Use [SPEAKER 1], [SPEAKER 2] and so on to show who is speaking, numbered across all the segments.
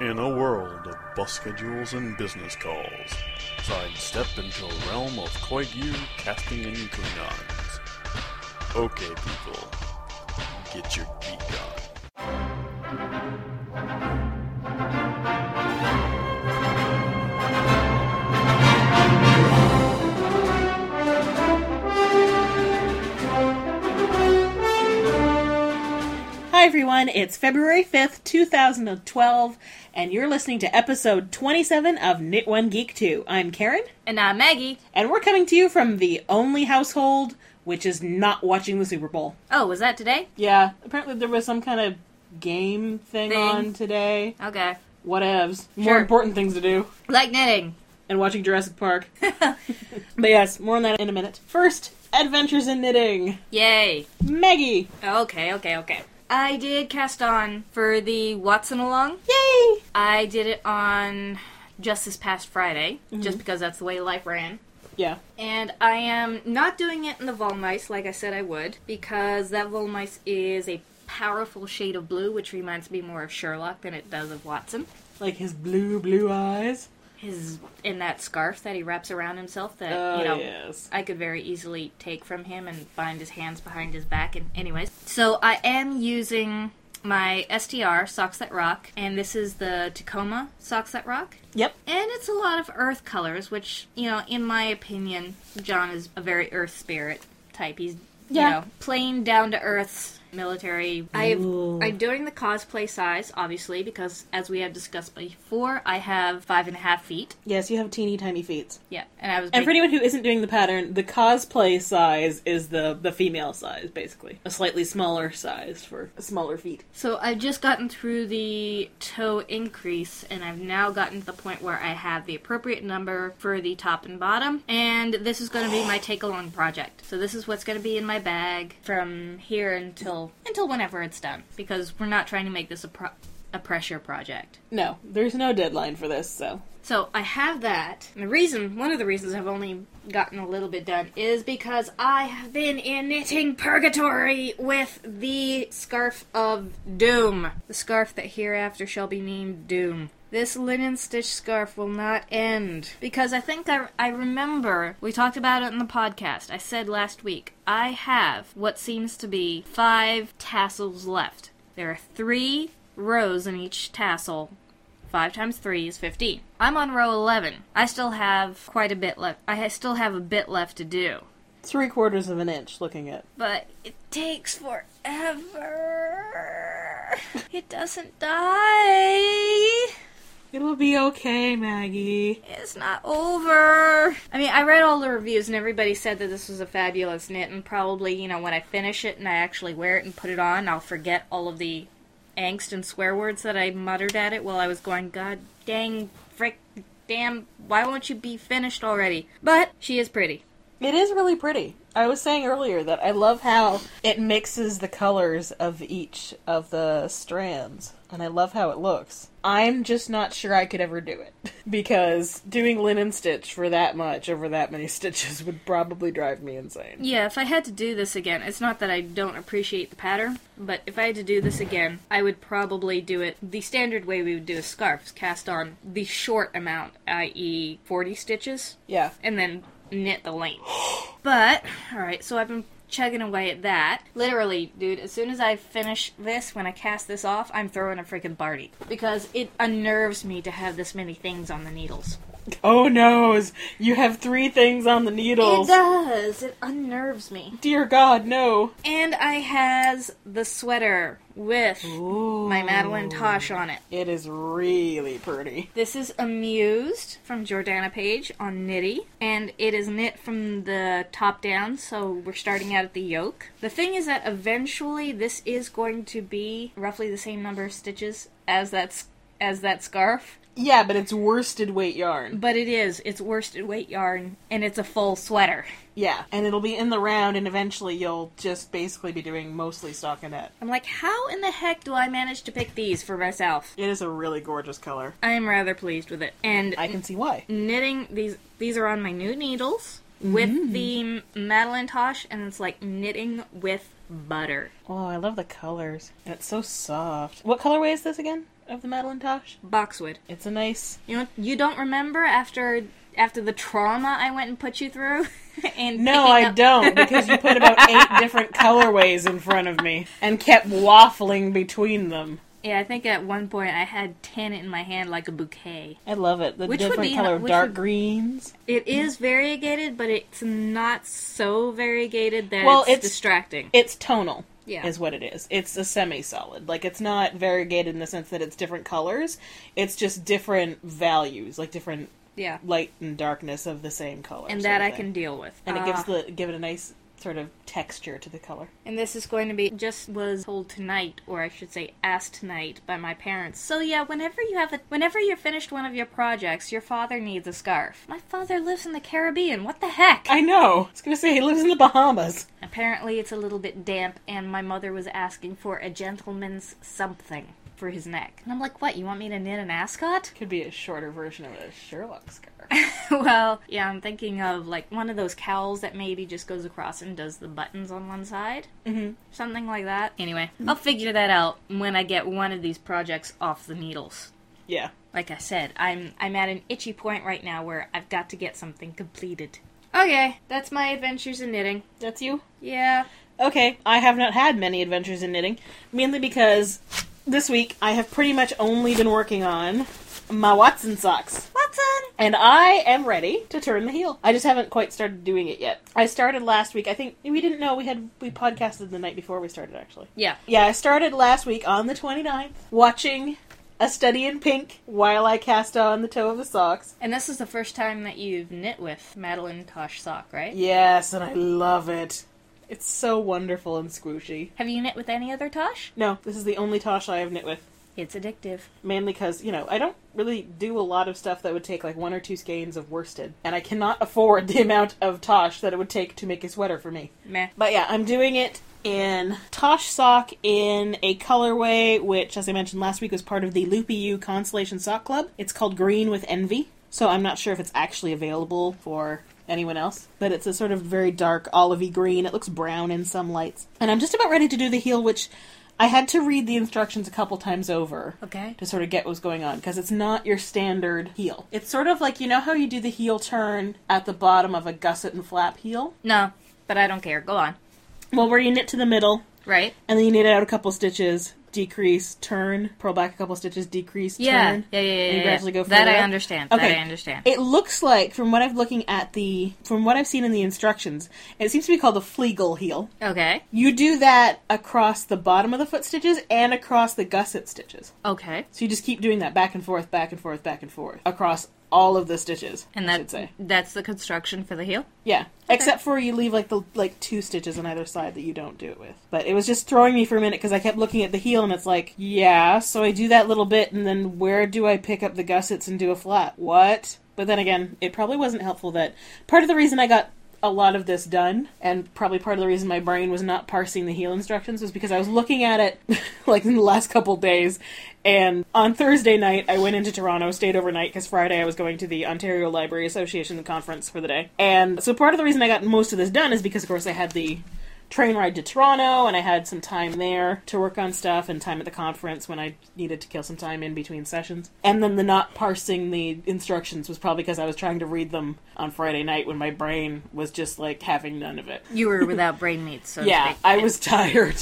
[SPEAKER 1] in a world of bus schedules and business calls, sidestep into a realm of Koigyu casting in Klingons. Okay, people, get your geek on.
[SPEAKER 2] Hi, everyone. It's February 5th, 2012, and you're listening to episode 27 of Knit One Geek 2. I'm Karen,
[SPEAKER 3] And I'm Maggie.
[SPEAKER 2] and we're coming to you from the only household which is not watching the Super Bowl.
[SPEAKER 3] Oh, was that today?
[SPEAKER 2] Yeah, apparently there was some kind of game thing,
[SPEAKER 3] Thing.
[SPEAKER 2] on today.
[SPEAKER 3] Okay.
[SPEAKER 2] Whatevs. More
[SPEAKER 3] Sure.
[SPEAKER 2] important things to do.
[SPEAKER 3] Like knitting.
[SPEAKER 2] And watching Jurassic Park. but yes, more on that in a minute. First, Adventures in Knitting.
[SPEAKER 3] Yay.
[SPEAKER 2] Maggie.
[SPEAKER 3] Okay, okay, okay. I did cast on for the Watson Along.
[SPEAKER 2] Yay!
[SPEAKER 3] I did it on just this past Friday, just because that's the way life ran.
[SPEAKER 2] Yeah.
[SPEAKER 3] And I am not doing it in the Volmice like I said I would, because that Volmice is a powerful shade of blue, which reminds me more of Sherlock than it does of Watson.
[SPEAKER 2] Like his blue, blue eyes.
[SPEAKER 3] His in that scarf that he wraps around himself that
[SPEAKER 2] Oh,
[SPEAKER 3] you know
[SPEAKER 2] yes.
[SPEAKER 3] I could very easily take from him and bind his hands behind his back. And anyways, so I am using my STR socks that rock, and this is the Tacoma socks that rock.
[SPEAKER 2] Yep.
[SPEAKER 3] And it's a lot of earth colors, which you know, in my opinion, John is a very earth spirit type. He's
[SPEAKER 2] Yeah.
[SPEAKER 3] you know, plain down to earth military. I've I'm doing the cosplay size, obviously, because as we have discussed before, I have five and a half feet.
[SPEAKER 2] Yes, you have teeny tiny feet.
[SPEAKER 3] Yeah, and I was
[SPEAKER 2] And for anyone who isn't doing the pattern, the cosplay size is the the female size, basically a slightly smaller size for smaller feet.
[SPEAKER 3] So I've just gotten through the toe increase, and I've now gotten to the point where I have the appropriate number for the top and bottom. And this is going to be my take along project. So this is what's going to be in my bag from here until until whenever it's done, because we're not trying to make this a pro- a pressure project.
[SPEAKER 2] No, there's no deadline for this, so
[SPEAKER 3] So I have that. And the reason, one of the reasons I've only gotten a little bit done is because I have been in knitting purgatory with the scarf of doom. The scarf that hereafter shall be named Doom. This linen stitch scarf will not end. Because I think I, I remember, we talked about it in the podcast. I said last week, I have what seems to be five tassels left. There are three rows in each tassel 5 times 3 is 15. I'm on row 11. I still have quite a bit left. I ha- still have a bit left to do.
[SPEAKER 2] three quarters of an inch. Looking at
[SPEAKER 3] But it takes forever. It doesn't die.
[SPEAKER 2] it'll be okay, Maggie.
[SPEAKER 3] It's not over. I mean, I read all the reviews and everybody said that this was a fabulous knit and probably, you know, when I finish it and I actually wear it and put it on, I'll forget all of the angst and swear words that I muttered at it while I was going, God dang, frick, damn, why won't you be finished already? But she is pretty.
[SPEAKER 2] It is really pretty. I was saying earlier that I love how it mixes the colors of each of the strands, and I love how it looks. I'm just not sure I could ever do it because doing linen stitch for that much over that many stitches would probably drive me insane.
[SPEAKER 3] Yeah, if I had to do this again, it's not that I don't appreciate the pattern, but if I had to do this again, I would probably do it the standard way we would do a scarf, is cast on the short amount, i.e., 40 stitches,
[SPEAKER 2] Yeah.
[SPEAKER 3] and then knit the length. But, alright, so I've been chugging away at that. Literally, dude, as soon as I finish this, when I cast this off, I'm throwing a freaking party. Because it unnerves me to have this many things on the needles.
[SPEAKER 2] Oh noes! You have three things on the needles.
[SPEAKER 3] does! It unnerves me.
[SPEAKER 2] Dear God, no.
[SPEAKER 3] And I has the sweater with my Madeline Tosh on it.
[SPEAKER 2] It is really pretty.
[SPEAKER 3] This is Amused from Jordana Page on Knitty, and it is knit from the top down, so we're starting out at the yoke. The thing is that eventually this is going to be roughly the same number of stitches as that, s- as that scarf,
[SPEAKER 2] Yeah, but it's worsted weight yarn.
[SPEAKER 3] but it is. It's worsted weight yarn, and it's a full sweater.
[SPEAKER 2] Yeah, and it'll be in the round, and eventually you'll just basically be doing mostly stockinette.
[SPEAKER 3] I'm like, how in the heck do I manage to pick these for myself?
[SPEAKER 2] It is a really gorgeous color.
[SPEAKER 3] I am rather pleased with it. And
[SPEAKER 2] I can see why.
[SPEAKER 3] knitting these these are
[SPEAKER 2] Mm.
[SPEAKER 3] on my new needles with the Madeline Tosh and it's like knitting with butter.
[SPEAKER 2] Oh, I love the colors. And it's so soft. What colorway is this again? Of the Madeline Tosh?
[SPEAKER 3] Boxwood.
[SPEAKER 2] It's a nice.
[SPEAKER 3] You know, you don't remember after after the trauma I went and put you through. and
[SPEAKER 2] No,
[SPEAKER 3] picking
[SPEAKER 2] I
[SPEAKER 3] up-
[SPEAKER 2] don't, because you put about eight different colorways in front of me and kept waffling between them.
[SPEAKER 3] Yeah, I think at one point I had ten in my hand like a bouquet.
[SPEAKER 2] I love it. The
[SPEAKER 3] Which would
[SPEAKER 2] different
[SPEAKER 3] be-
[SPEAKER 2] color of
[SPEAKER 3] which
[SPEAKER 2] dark
[SPEAKER 3] would-
[SPEAKER 2] greens.
[SPEAKER 3] It is variegated, but it's not so variegated that
[SPEAKER 2] Well,
[SPEAKER 3] it's,
[SPEAKER 2] it's-
[SPEAKER 3] distracting.
[SPEAKER 2] It's tonal.
[SPEAKER 3] Yeah.
[SPEAKER 2] Is what it is. It's a semi solid. Like, it's not variegated in the sense that it's different colors. It's just different values, like different
[SPEAKER 3] yeah.
[SPEAKER 2] light and darkness of the same color.
[SPEAKER 3] And
[SPEAKER 2] sort
[SPEAKER 3] that
[SPEAKER 2] of
[SPEAKER 3] I
[SPEAKER 2] thing.
[SPEAKER 3] can deal with.
[SPEAKER 2] and it gives
[SPEAKER 3] Ah.
[SPEAKER 2] the give it a nice sort of texture to the color.
[SPEAKER 3] And this is going to be just was told tonight, or I should say asked tonight by my parents. So yeah, whenever you have a whenever you're finished one of your projects, your father needs a scarf. My father lives in the Caribbean. What the heck?
[SPEAKER 2] I know. I was gonna say he lives in the Bahamas.
[SPEAKER 3] Apparently it's a little bit damp and my mother was asking for a gentleman's something for his neck. And I'm like, "What? You want me to knit an ascot?"
[SPEAKER 2] Could be a shorter version of a Sherlock scarf.
[SPEAKER 3] well, yeah, I'm thinking of like one of those cowls that maybe just goes across and does the buttons on one side. Mm-hmm. Something like that. Anyway, I'll figure that out when I get one of these projects off the needles.
[SPEAKER 2] yeah.
[SPEAKER 3] Like I said, I'm I'm at an itchy point right now where I've got to get something completed. Okay, that's my adventures in knitting.
[SPEAKER 2] That's you?
[SPEAKER 3] Yeah.
[SPEAKER 2] Okay. I have not had many adventures in knitting, mainly because this week I have pretty much only been working on my Watson socks.
[SPEAKER 3] Watson!
[SPEAKER 2] And I am ready to turn the heel. I just haven't quite started doing it yet. I started last week. I think we didn't know we had we podcasted the night before we started actually.
[SPEAKER 3] Yeah.
[SPEAKER 2] Yeah, I started last week on the 29th watching A Study in Pink while I cast on the toe of the socks.
[SPEAKER 3] And this is the first time that you've knit with Madeline Tosh sock, right?
[SPEAKER 2] Yes, and I love it. It's so wonderful and squishy.
[SPEAKER 3] Have you knit with any other Tosh?
[SPEAKER 2] No, this is the only Tosh I have knit with.
[SPEAKER 3] It's addictive.
[SPEAKER 2] Mainly because, you know, I don't really do a lot of stuff that would take like one or two skeins of worsted, and I cannot afford the amount of Tosh that it would take to make a sweater for me.
[SPEAKER 3] Meh.
[SPEAKER 2] But yeah, I'm doing it in Tosh sock in a colorway which, as I mentioned last week, was part of the Loopy U Constellation Sock Club. It's called Green with Envy, so I'm not sure if it's actually available for anyone else. But it's a sort of very dark olivey green. It looks brown in some lights, and I'm just about ready to do the heel, which I had to read the instructions a couple times over
[SPEAKER 3] Okay.
[SPEAKER 2] to sort of get what's going on because it's not your standard heel. It's sort of like you know how you do the heel turn at the bottom of a gusset and flap heel.
[SPEAKER 3] No, but I don't care. Go on.
[SPEAKER 2] Well, where you knit to the middle,
[SPEAKER 3] Right?
[SPEAKER 2] and then you knit out a couple stitches, decrease, turn, purl back a couple stitches, decrease,
[SPEAKER 3] Yeah.
[SPEAKER 2] turn.
[SPEAKER 3] Yeah, yeah, yeah.
[SPEAKER 2] and you
[SPEAKER 3] yeah.
[SPEAKER 2] gradually go
[SPEAKER 3] that
[SPEAKER 2] further
[SPEAKER 3] I
[SPEAKER 2] up.
[SPEAKER 3] understand.
[SPEAKER 2] Okay.
[SPEAKER 3] That I understand.
[SPEAKER 2] It looks like, from what I'm looking at the, from what I've seen in the instructions, it seems to be called the fleagle heel.
[SPEAKER 3] okay.
[SPEAKER 2] You do that across the bottom of the foot stitches and across the gusset stitches.
[SPEAKER 3] Okay.
[SPEAKER 2] So you just keep doing that back and forth, back and forth, back and forth across all of the stitches.
[SPEAKER 3] And
[SPEAKER 2] I
[SPEAKER 3] that,
[SPEAKER 2] should say,
[SPEAKER 3] that's the construction for the heel?
[SPEAKER 2] yeah. Except for you leave like the like two stitches on either side that you don't do it with. But it was just throwing me for a minute because I kept looking at the heel and it's like, yeah. So I do that little bit and then where do I pick up the gussets and do a flat? What? But then again, it probably wasn't helpful that part of the reason I got a lot of this done and probably part of the reason my brain was not parsing the heel instructions was because I was looking at it like in the last couple days and on Thursday night I went into Toronto stayed overnight because Friday I was going to the Ontario Library Association conference for the day and so part of the reason I got most of this done is because of course I had the train ride to Toronto and I had some time there to work on stuff and time at the conference when I needed to kill some time in between sessions. And then the not parsing the instructions was probably because I was trying to read them on Friday night when my brain was just like having none of it.
[SPEAKER 3] You were without brain meat, so to
[SPEAKER 2] Yeah,
[SPEAKER 3] speak.
[SPEAKER 2] I was tired.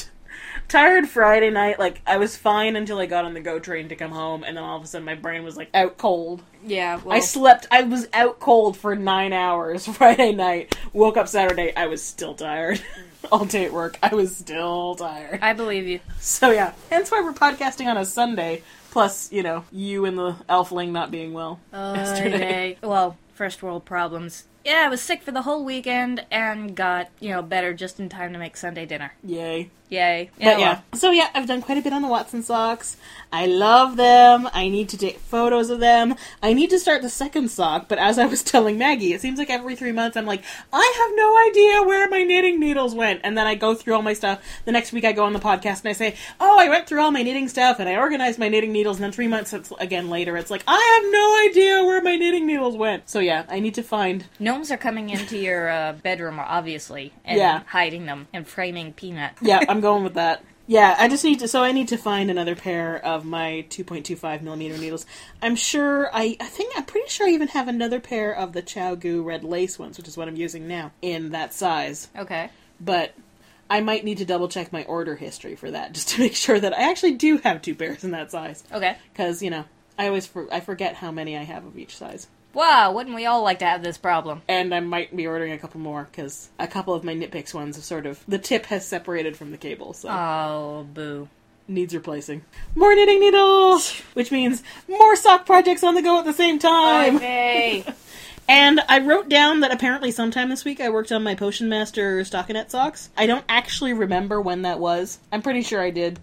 [SPEAKER 2] Tired Friday night, like I was fine until I got on the GO train to come home, and then all of a sudden my brain was like out cold.
[SPEAKER 3] Yeah, well,
[SPEAKER 2] I slept, I was out cold for nine hours Friday night. Woke up Saturday, I was still tired. all day at work, I was still tired.
[SPEAKER 3] I believe you.
[SPEAKER 2] So yeah, hence why we're podcasting on a Sunday. Plus, you know, you and the Elfling not being well yesterday.
[SPEAKER 3] Yesterday. Well, first world problems. Yeah, I was sick for the whole weekend and got, you know, better just in time to make Sunday dinner.
[SPEAKER 2] Yay.
[SPEAKER 3] Yay. Yeah,
[SPEAKER 2] But yeah. So yeah, I've done quite a bit on the Watson socks. I love them. I need to take photos of them. I need to start the second sock, but as I was telling Maggie, it seems like every three months I'm like, I have no idea where my knitting needles went. And then I go through all my stuff. The next week I go on the podcast and I say, Oh, oh, I went through all my knitting stuff and I organized my knitting needles, and then three months it's, again later, it's like, I have no idea where my knitting needles went. So yeah, I need to find.
[SPEAKER 3] Gnomes are coming into your uh, bedroom, obviously, and
[SPEAKER 2] Yeah.
[SPEAKER 3] hiding them and framing Peanut.
[SPEAKER 2] Yeah, I'm going with that. Yeah, I just need to. So I need to find another pair of my 2.25 millimeter needles. I'm sure I. I think I'm pretty sure I even have another pair of the Chow Goo red lace ones, which is what I'm using now in that size.
[SPEAKER 3] Okay.
[SPEAKER 2] But I might need to double check my order history for that, just to make sure that I actually do have two pairs in that size.
[SPEAKER 3] Okay.
[SPEAKER 2] because you know I always for- I forget how many I have of each size,
[SPEAKER 3] Wow, wouldn't we all like to have this problem?
[SPEAKER 2] and I might be ordering a couple more because a couple of my nitpicks ones have sort of the tip has separated from the cable, so
[SPEAKER 3] Oh, boo.
[SPEAKER 2] needs replacing. More knitting needles, which means more sock projects on the go at the same time.
[SPEAKER 3] Yay.
[SPEAKER 2] And I wrote down that apparently sometime this week I worked on my Potion Master stockinette socks. I don't actually remember when that was. I'm pretty sure I did.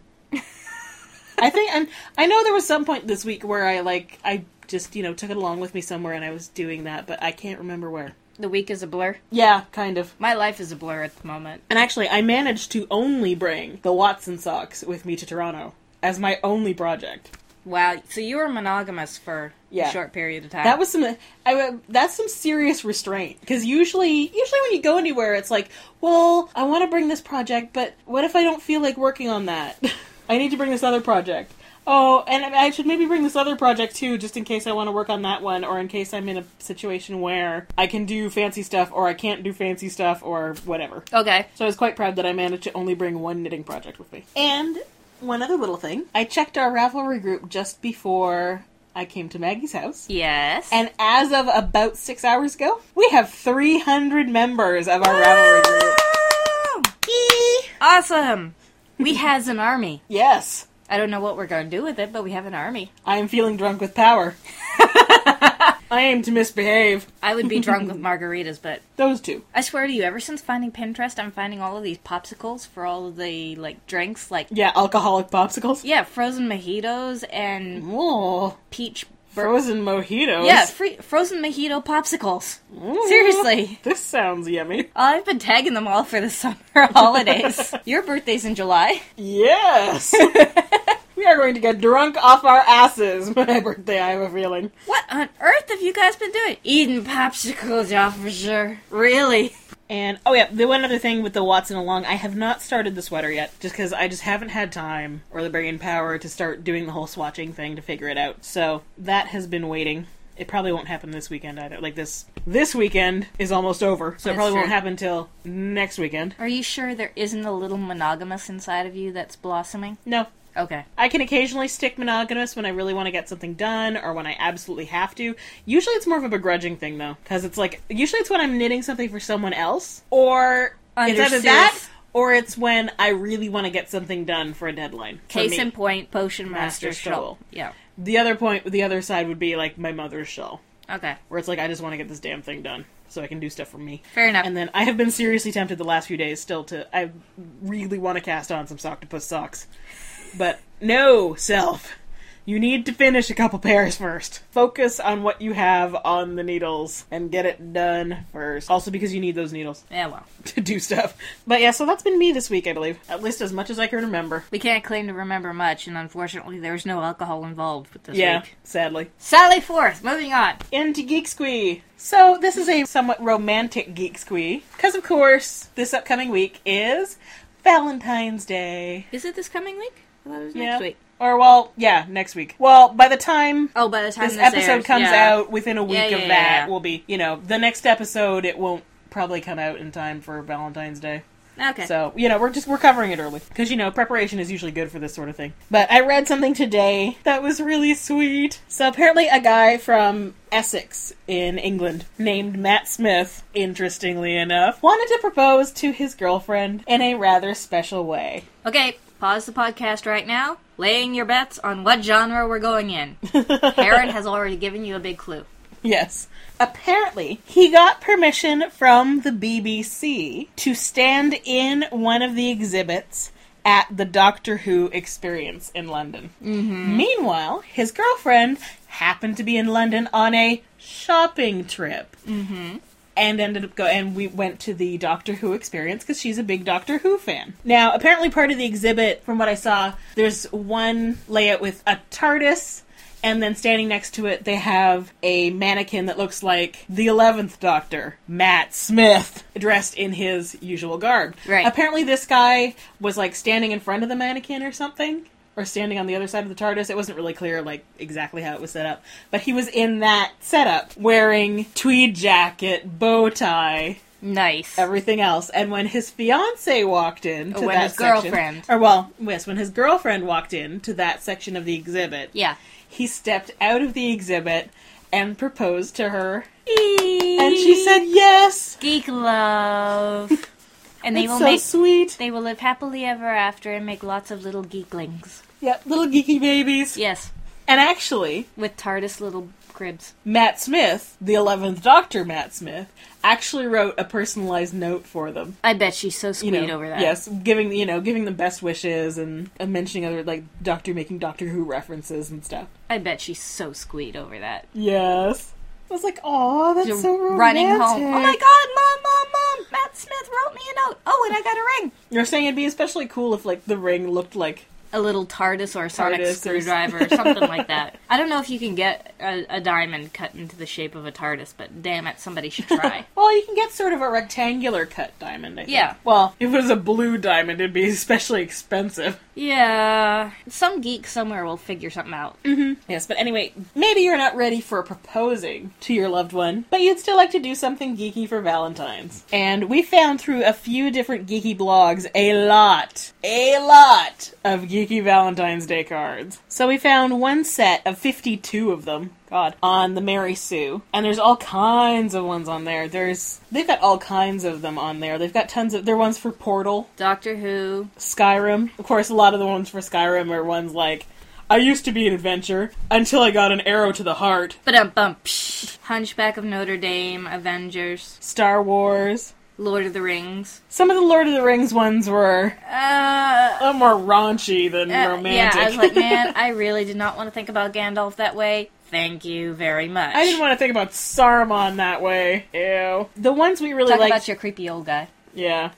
[SPEAKER 2] I think and I know there was some point this week where I like I just, you know, took it along with me somewhere and I was doing that, but I can't remember where.
[SPEAKER 3] the week is a blur.
[SPEAKER 2] Yeah, kind of.
[SPEAKER 3] My life is a blur at the moment.
[SPEAKER 2] And actually I managed to only bring the Watson socks with me to Toronto as my only project.
[SPEAKER 3] Wow. So you were monogamous for
[SPEAKER 2] Yeah.
[SPEAKER 3] a short period of time.
[SPEAKER 2] That was some. I wa- that's some serious restraint because usually, usually when you go anywhere, it's like, well, I want to bring this project, but what if I don't feel like working on that? I need to bring this other project. Oh, and I I should maybe bring this other project too, just in case I want to work on that one, or in case I'm in a situation where I can do fancy stuff, or I can't do fancy stuff, or whatever.
[SPEAKER 3] Okay.
[SPEAKER 2] So I was quite proud that I managed to only bring one knitting project with me. And one other little thing I checked our Ravelry group just before I came to Maggie's house.
[SPEAKER 3] Yes.
[SPEAKER 2] And as of about six hours ago, we have 300 members of our Ravelry group.
[SPEAKER 3] Awesome. We has an army.
[SPEAKER 2] Yes,
[SPEAKER 3] I don't know what we're going to do with it, but we have an army.
[SPEAKER 2] I am feeling drunk with power. I aim to misbehave.
[SPEAKER 3] I would be drunk with margaritas, but
[SPEAKER 2] Those two.
[SPEAKER 3] I swear to you, ever since finding Pinterest, I'm finding all of these popsicles for all of the like drinks, like
[SPEAKER 2] Yeah, alcoholic popsicles.
[SPEAKER 3] yeah, frozen mojitos and
[SPEAKER 2] Oh,
[SPEAKER 3] peach.
[SPEAKER 2] frozen mojitos.
[SPEAKER 3] Yeah, free, frozen mojito popsicles.
[SPEAKER 2] Ooh,
[SPEAKER 3] Seriously.
[SPEAKER 2] This sounds yummy.
[SPEAKER 3] I've been tagging them all for the summer holidays. Your birthday's in July.
[SPEAKER 2] Yes! we are going to get drunk off our asses. My birthday, I have a feeling.
[SPEAKER 3] What on earth have you guys been doing? Eating popsicles, yeah, for sure. Really?
[SPEAKER 2] And oh yeah, the one other thing with the Watson along, I have not started the sweater yet, just because I just haven't had time or the brain power to start doing the whole swatching thing to figure it out. So that has been waiting. It probably won't happen this weekend either. Like this, this weekend is almost over, so it
[SPEAKER 3] That's
[SPEAKER 2] probably won't
[SPEAKER 3] true.
[SPEAKER 2] happen till next weekend.
[SPEAKER 3] Are you sure there isn't a little monogamous inside of you that's blossoming?
[SPEAKER 2] No,
[SPEAKER 3] Okay.
[SPEAKER 2] I can occasionally stick monogamous when I really want to get something done or when I absolutely have to. Usually it's more of a begrudging thing though, because it's like usually it's when I'm knitting something for someone else or it's either
[SPEAKER 3] Understood.
[SPEAKER 2] that or it's when I really want to get something done for a deadline. for
[SPEAKER 3] Case
[SPEAKER 2] me.
[SPEAKER 3] in point, Potion Master,
[SPEAKER 2] Master
[SPEAKER 3] Shovel.
[SPEAKER 2] Shovel.
[SPEAKER 3] Yeah.
[SPEAKER 2] the other point, the other side would be like my mother's shell,
[SPEAKER 3] Okay.
[SPEAKER 2] where it's like I just want to get this damn thing done so I can do stuff for me.
[SPEAKER 3] Fair enough.
[SPEAKER 2] And then I have been seriously tempted the last few days still to I really want to cast on some octopus socks. But no, self. You need to finish a couple pairs first. Focus on what you have on the needles and get it done first. Also because you need those needles
[SPEAKER 3] yeah, well.
[SPEAKER 2] to do stuff. But yeah, so that's been me this week, I believe. At least as much as I can remember.
[SPEAKER 3] We can't claim to remember much, and unfortunately, there was no alcohol involved with this
[SPEAKER 2] yeah,
[SPEAKER 3] week.
[SPEAKER 2] sadly.
[SPEAKER 3] Sally forth. Moving on.
[SPEAKER 2] into Geek Squee. So this is a somewhat romantic Geek Squee because, of course, this upcoming week is Valentine's Day.
[SPEAKER 3] Is it this coming week? I thought it was
[SPEAKER 2] Yeah.
[SPEAKER 3] next week.
[SPEAKER 2] Or well, yeah, next week. Well, by the time
[SPEAKER 3] Oh, by the time
[SPEAKER 2] this episode
[SPEAKER 3] airs,
[SPEAKER 2] comes
[SPEAKER 3] yeah.
[SPEAKER 2] out, within a week
[SPEAKER 3] Yeah, yeah,
[SPEAKER 2] of
[SPEAKER 3] yeah,
[SPEAKER 2] that
[SPEAKER 3] yeah.
[SPEAKER 2] will be, you know, the next episode. It won't probably come out in time for Valentine's Day.
[SPEAKER 3] Okay.
[SPEAKER 2] So, you know, we're just we're covering it early because you know, preparation is usually good for this sort of thing. But I read something today that was really sweet. So, apparently a guy from Essex in England named Matt Smith, interestingly enough, wanted to propose to his girlfriend in a rather special way.
[SPEAKER 3] Okay, pause the podcast right now. Laying your bets on what genre we're going in. Aaron has already given you a big clue.
[SPEAKER 2] Yes. Apparently, he got permission from the BBC to stand in one of the exhibits at the Doctor Who experience in London. Meanwhile, his girlfriend happened to be in London on a shopping trip. and ended up go and we went to the Doctor Who experience because she's a big Doctor Who fan. Now, apparently, part of the exhibit, from what I saw, there's one layout with a TARDIS. And then standing next to it, they have a mannequin that looks like the 11th Doctor, Matt Smith, dressed in his usual garb.
[SPEAKER 3] Right.
[SPEAKER 2] Apparently, this guy was like standing in front of the mannequin or something, or standing on the other side of the TARDIS. It wasn't really clear, like, exactly how it was set up. But he was in that setup, wearing tweed jacket, bow tie,
[SPEAKER 3] Nice.
[SPEAKER 2] everything else. And when his fiance walked in to
[SPEAKER 3] when
[SPEAKER 2] that
[SPEAKER 3] his
[SPEAKER 2] section-
[SPEAKER 3] girlfriend.
[SPEAKER 2] or well, yes, when his girlfriend walked in to that section of the exhibit,
[SPEAKER 3] yeah.
[SPEAKER 2] he stepped out of the exhibit and proposed to her, and she said yes.
[SPEAKER 3] "Geek love," and they
[SPEAKER 2] It's
[SPEAKER 3] will
[SPEAKER 2] so
[SPEAKER 3] make
[SPEAKER 2] sweet.
[SPEAKER 3] they will live happily ever after and make lots of little geeklings.
[SPEAKER 2] Yep, little geeky babies.
[SPEAKER 3] Yes,
[SPEAKER 2] And actually,
[SPEAKER 3] with TARDIS little cribs.
[SPEAKER 2] Matt Smith, the eleventh Doctor, Matt Smith, actually wrote a personalized note for them.
[SPEAKER 3] I bet she's so
[SPEAKER 2] you
[SPEAKER 3] sweet
[SPEAKER 2] know,
[SPEAKER 3] over that.
[SPEAKER 2] Yes, giving you know, giving them best wishes and, and mentioning other like Doctor making Doctor Who references and stuff.
[SPEAKER 3] I bet she's so sweet over that.
[SPEAKER 2] Yes, I was like, oh, that's
[SPEAKER 3] You're
[SPEAKER 2] so romantic.
[SPEAKER 3] running home. Oh my god, mom, mom, mom! Matt Smith wrote me a note. Oh, and I got a ring.
[SPEAKER 2] You're saying it'd be especially cool if like the ring looked like
[SPEAKER 3] A little TARDIS or a sonic
[SPEAKER 2] TARDIS or-
[SPEAKER 3] screwdriver or something like that. I don't know if you can get a, a diamond cut into the shape of a TARDIS, but damn it, somebody should try.
[SPEAKER 2] Well, you can get sort of a rectangular cut diamond, I think.
[SPEAKER 3] Yeah.
[SPEAKER 2] Well, if it was a blue diamond, it'd be especially expensive.
[SPEAKER 3] yeah, some geek somewhere will figure something out.
[SPEAKER 2] Yes, but anyway, maybe you're not ready for proposing to your loved one, but you'd still like to do something geeky for Valentine's. And we found through a few different geeky blogs a lot, a lot of geeky Valentine's Day cards. So we found one set of 52 of them. God, on the Mary Sue. And there's all kinds of ones on there. There's they've got all kinds of them on there. They've got tons of they're ones for Portal,
[SPEAKER 3] Doctor Who,
[SPEAKER 2] Skyrim. Of course, a lot of the ones for Skyrim are ones like, I used to be an adventurer until I got an arrow to the heart.
[SPEAKER 3] Ba-dum bum. Hunchback of Notre Dame, Avengers,
[SPEAKER 2] Star Wars.
[SPEAKER 3] Lord of the Rings.
[SPEAKER 2] Some of the Lord of the Rings ones were
[SPEAKER 3] Uh,
[SPEAKER 2] a little more raunchy than
[SPEAKER 3] uh,
[SPEAKER 2] romantic.
[SPEAKER 3] Yeah, I was like, man, I really did not want to think about Gandalf that way. Thank you very much.
[SPEAKER 2] I didn't want to think about Saruman that way. Ew. The ones we really
[SPEAKER 3] talk
[SPEAKER 2] liked.
[SPEAKER 3] about your creepy old guy.
[SPEAKER 2] yeah.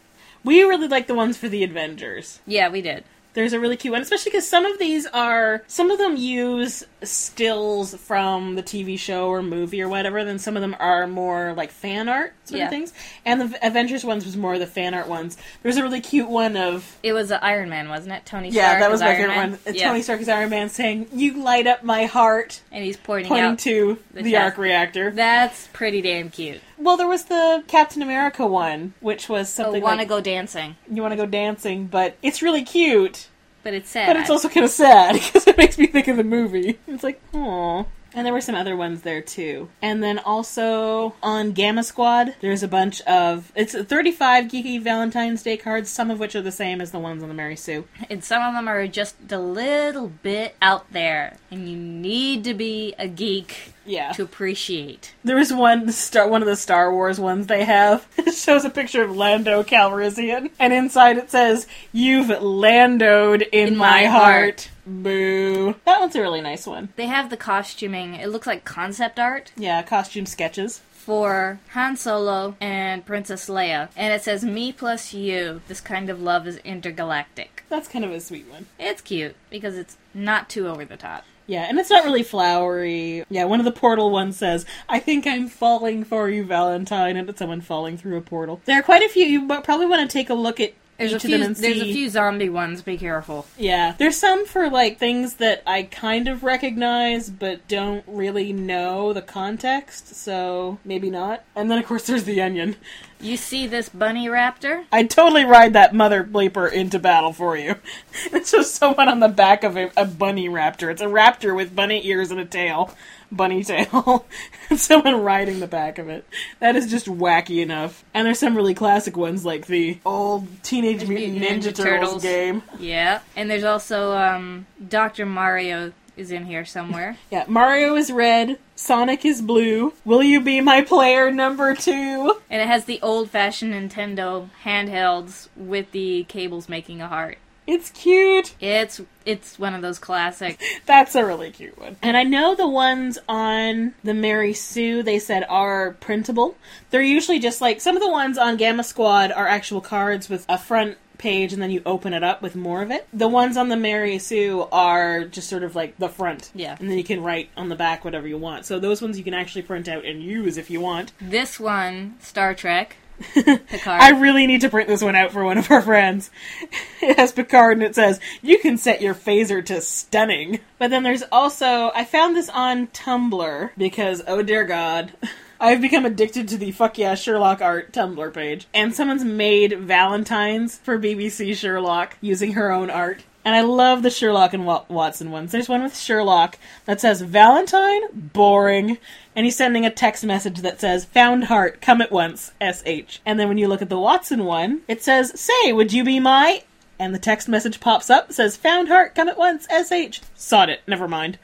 [SPEAKER 2] We really like the ones for the Avengers.
[SPEAKER 3] Yeah, we did.
[SPEAKER 2] There's a really cute one, especially because some of these are some of them use stills from the TV show or movie or whatever. Then some of them are more like fan art sort
[SPEAKER 3] Yeah.
[SPEAKER 2] of things. And the Avengers ones was more the fan art ones. There's a really cute one of
[SPEAKER 3] It was uh, Iron Man, wasn't it? Tony
[SPEAKER 2] yeah,
[SPEAKER 3] Stark.
[SPEAKER 2] that was
[SPEAKER 3] is
[SPEAKER 2] my
[SPEAKER 3] Iron
[SPEAKER 2] favorite
[SPEAKER 3] Man.
[SPEAKER 2] one. It's
[SPEAKER 3] Yeah.
[SPEAKER 2] Uh, Tony Stark is Iron Man saying, "You light up my heart,"
[SPEAKER 3] and he's pointing,
[SPEAKER 2] pointing
[SPEAKER 3] out.
[SPEAKER 2] to
[SPEAKER 3] the
[SPEAKER 2] the,
[SPEAKER 3] chest.
[SPEAKER 2] arc reactor.
[SPEAKER 3] That's pretty damn cute.
[SPEAKER 2] well, there was the Captain America one, which was
[SPEAKER 3] Oh,
[SPEAKER 2] something
[SPEAKER 3] want to
[SPEAKER 2] like
[SPEAKER 3] go dancing,
[SPEAKER 2] you want to go dancing, but it's really cute.
[SPEAKER 3] but it's sad.
[SPEAKER 2] But it's also kind of sad because it makes me think of the movie. It's like, oh. And there were some other ones there too. And then also on Gamma Squad, there's a bunch of it's 35 geeky Valentine's Day cards, some of which are the same as the ones on the Mary Sue.
[SPEAKER 3] and some of them are just a little bit out there, and you need to be a geek
[SPEAKER 2] Yeah.
[SPEAKER 3] to appreciate.
[SPEAKER 2] There was one star, one of the Star Wars ones they have. It shows a picture of Lando Calrissian, and inside it says, "You've Landoed in,
[SPEAKER 3] In my
[SPEAKER 2] my,
[SPEAKER 3] heart."
[SPEAKER 2] heart." Boo. That one's a really nice one.
[SPEAKER 3] They have the costuming. It looks like concept art
[SPEAKER 2] Yeah, costume sketches.
[SPEAKER 3] for Han Solo and Princess Leia, and it says "Me plus you." This kind of love is intergalactic.
[SPEAKER 2] That's kind of a sweet one.
[SPEAKER 3] It's cute because it's not too over the top.
[SPEAKER 2] Yeah, and it's not really flowery. Yeah, one of the portal ones says, I think I'm falling for you, Valentine, and it's someone falling through a portal. There are quite a few. You mo- probably want to take a look at
[SPEAKER 3] There's
[SPEAKER 2] each
[SPEAKER 3] a few.
[SPEAKER 2] of them and
[SPEAKER 3] There's
[SPEAKER 2] see.
[SPEAKER 3] a few zombie ones. Be careful.
[SPEAKER 2] Yeah. There's some for, like, things that I kind of recognize but don't really know the context, so maybe not. And then, of course, there's the onion.
[SPEAKER 3] You see this bunny raptor?
[SPEAKER 2] I'd totally ride that mother bleeper into battle for you. It's just someone on the back of a, a bunny raptor. It's a raptor with bunny ears and a tail. Bunny tail. someone riding the back of it. That is just wacky enough. And there's some really classic ones like the old Teenage Mutant
[SPEAKER 3] Mutant
[SPEAKER 2] Ninja,
[SPEAKER 3] Ninja
[SPEAKER 2] Turtles,
[SPEAKER 3] Turtles.
[SPEAKER 2] game.
[SPEAKER 3] Yeah. And there's also um, Dr. Mario is in here somewhere.
[SPEAKER 2] Yeah, Mario is red, Sonic is blue. Will you be my player number two?
[SPEAKER 3] and it has the old fashioned Nintendo handhelds with the cables making a heart.
[SPEAKER 2] It's cute.
[SPEAKER 3] It's it's one of those classic.
[SPEAKER 2] That's a really cute one. And I know the ones on the Mary Sue they said are printable. They're usually just like some of the ones on Gamma Squad are actual cards with a front page and then you open it up with more of it. The ones on the Mary Sue are just sort of like the front.
[SPEAKER 3] Yeah.
[SPEAKER 2] And then you can write on the back whatever you want. So those ones you can actually print out and use if you want.
[SPEAKER 3] This one, Star Trek. Picard.
[SPEAKER 2] I really need to print this one out for one of our friends. It has Picard and it says, You can set your phaser to stunning. But then there's also, I found this on Tumblr because, oh dear God. I've become addicted to the fuck yeah Sherlock art Tumblr page. And someone's made Valentine's for BBC Sherlock using her own art. And I love the Sherlock and Wa- Watson ones. There's one with Sherlock that says, Valentine? Boring. And he's sending a text message that says, Found heart, come at once, SH. And then when you look at the Watson one, it says, Say, would you be my. And the text message pops up, says, Found heart, come at once, SH. Sod it, never mind.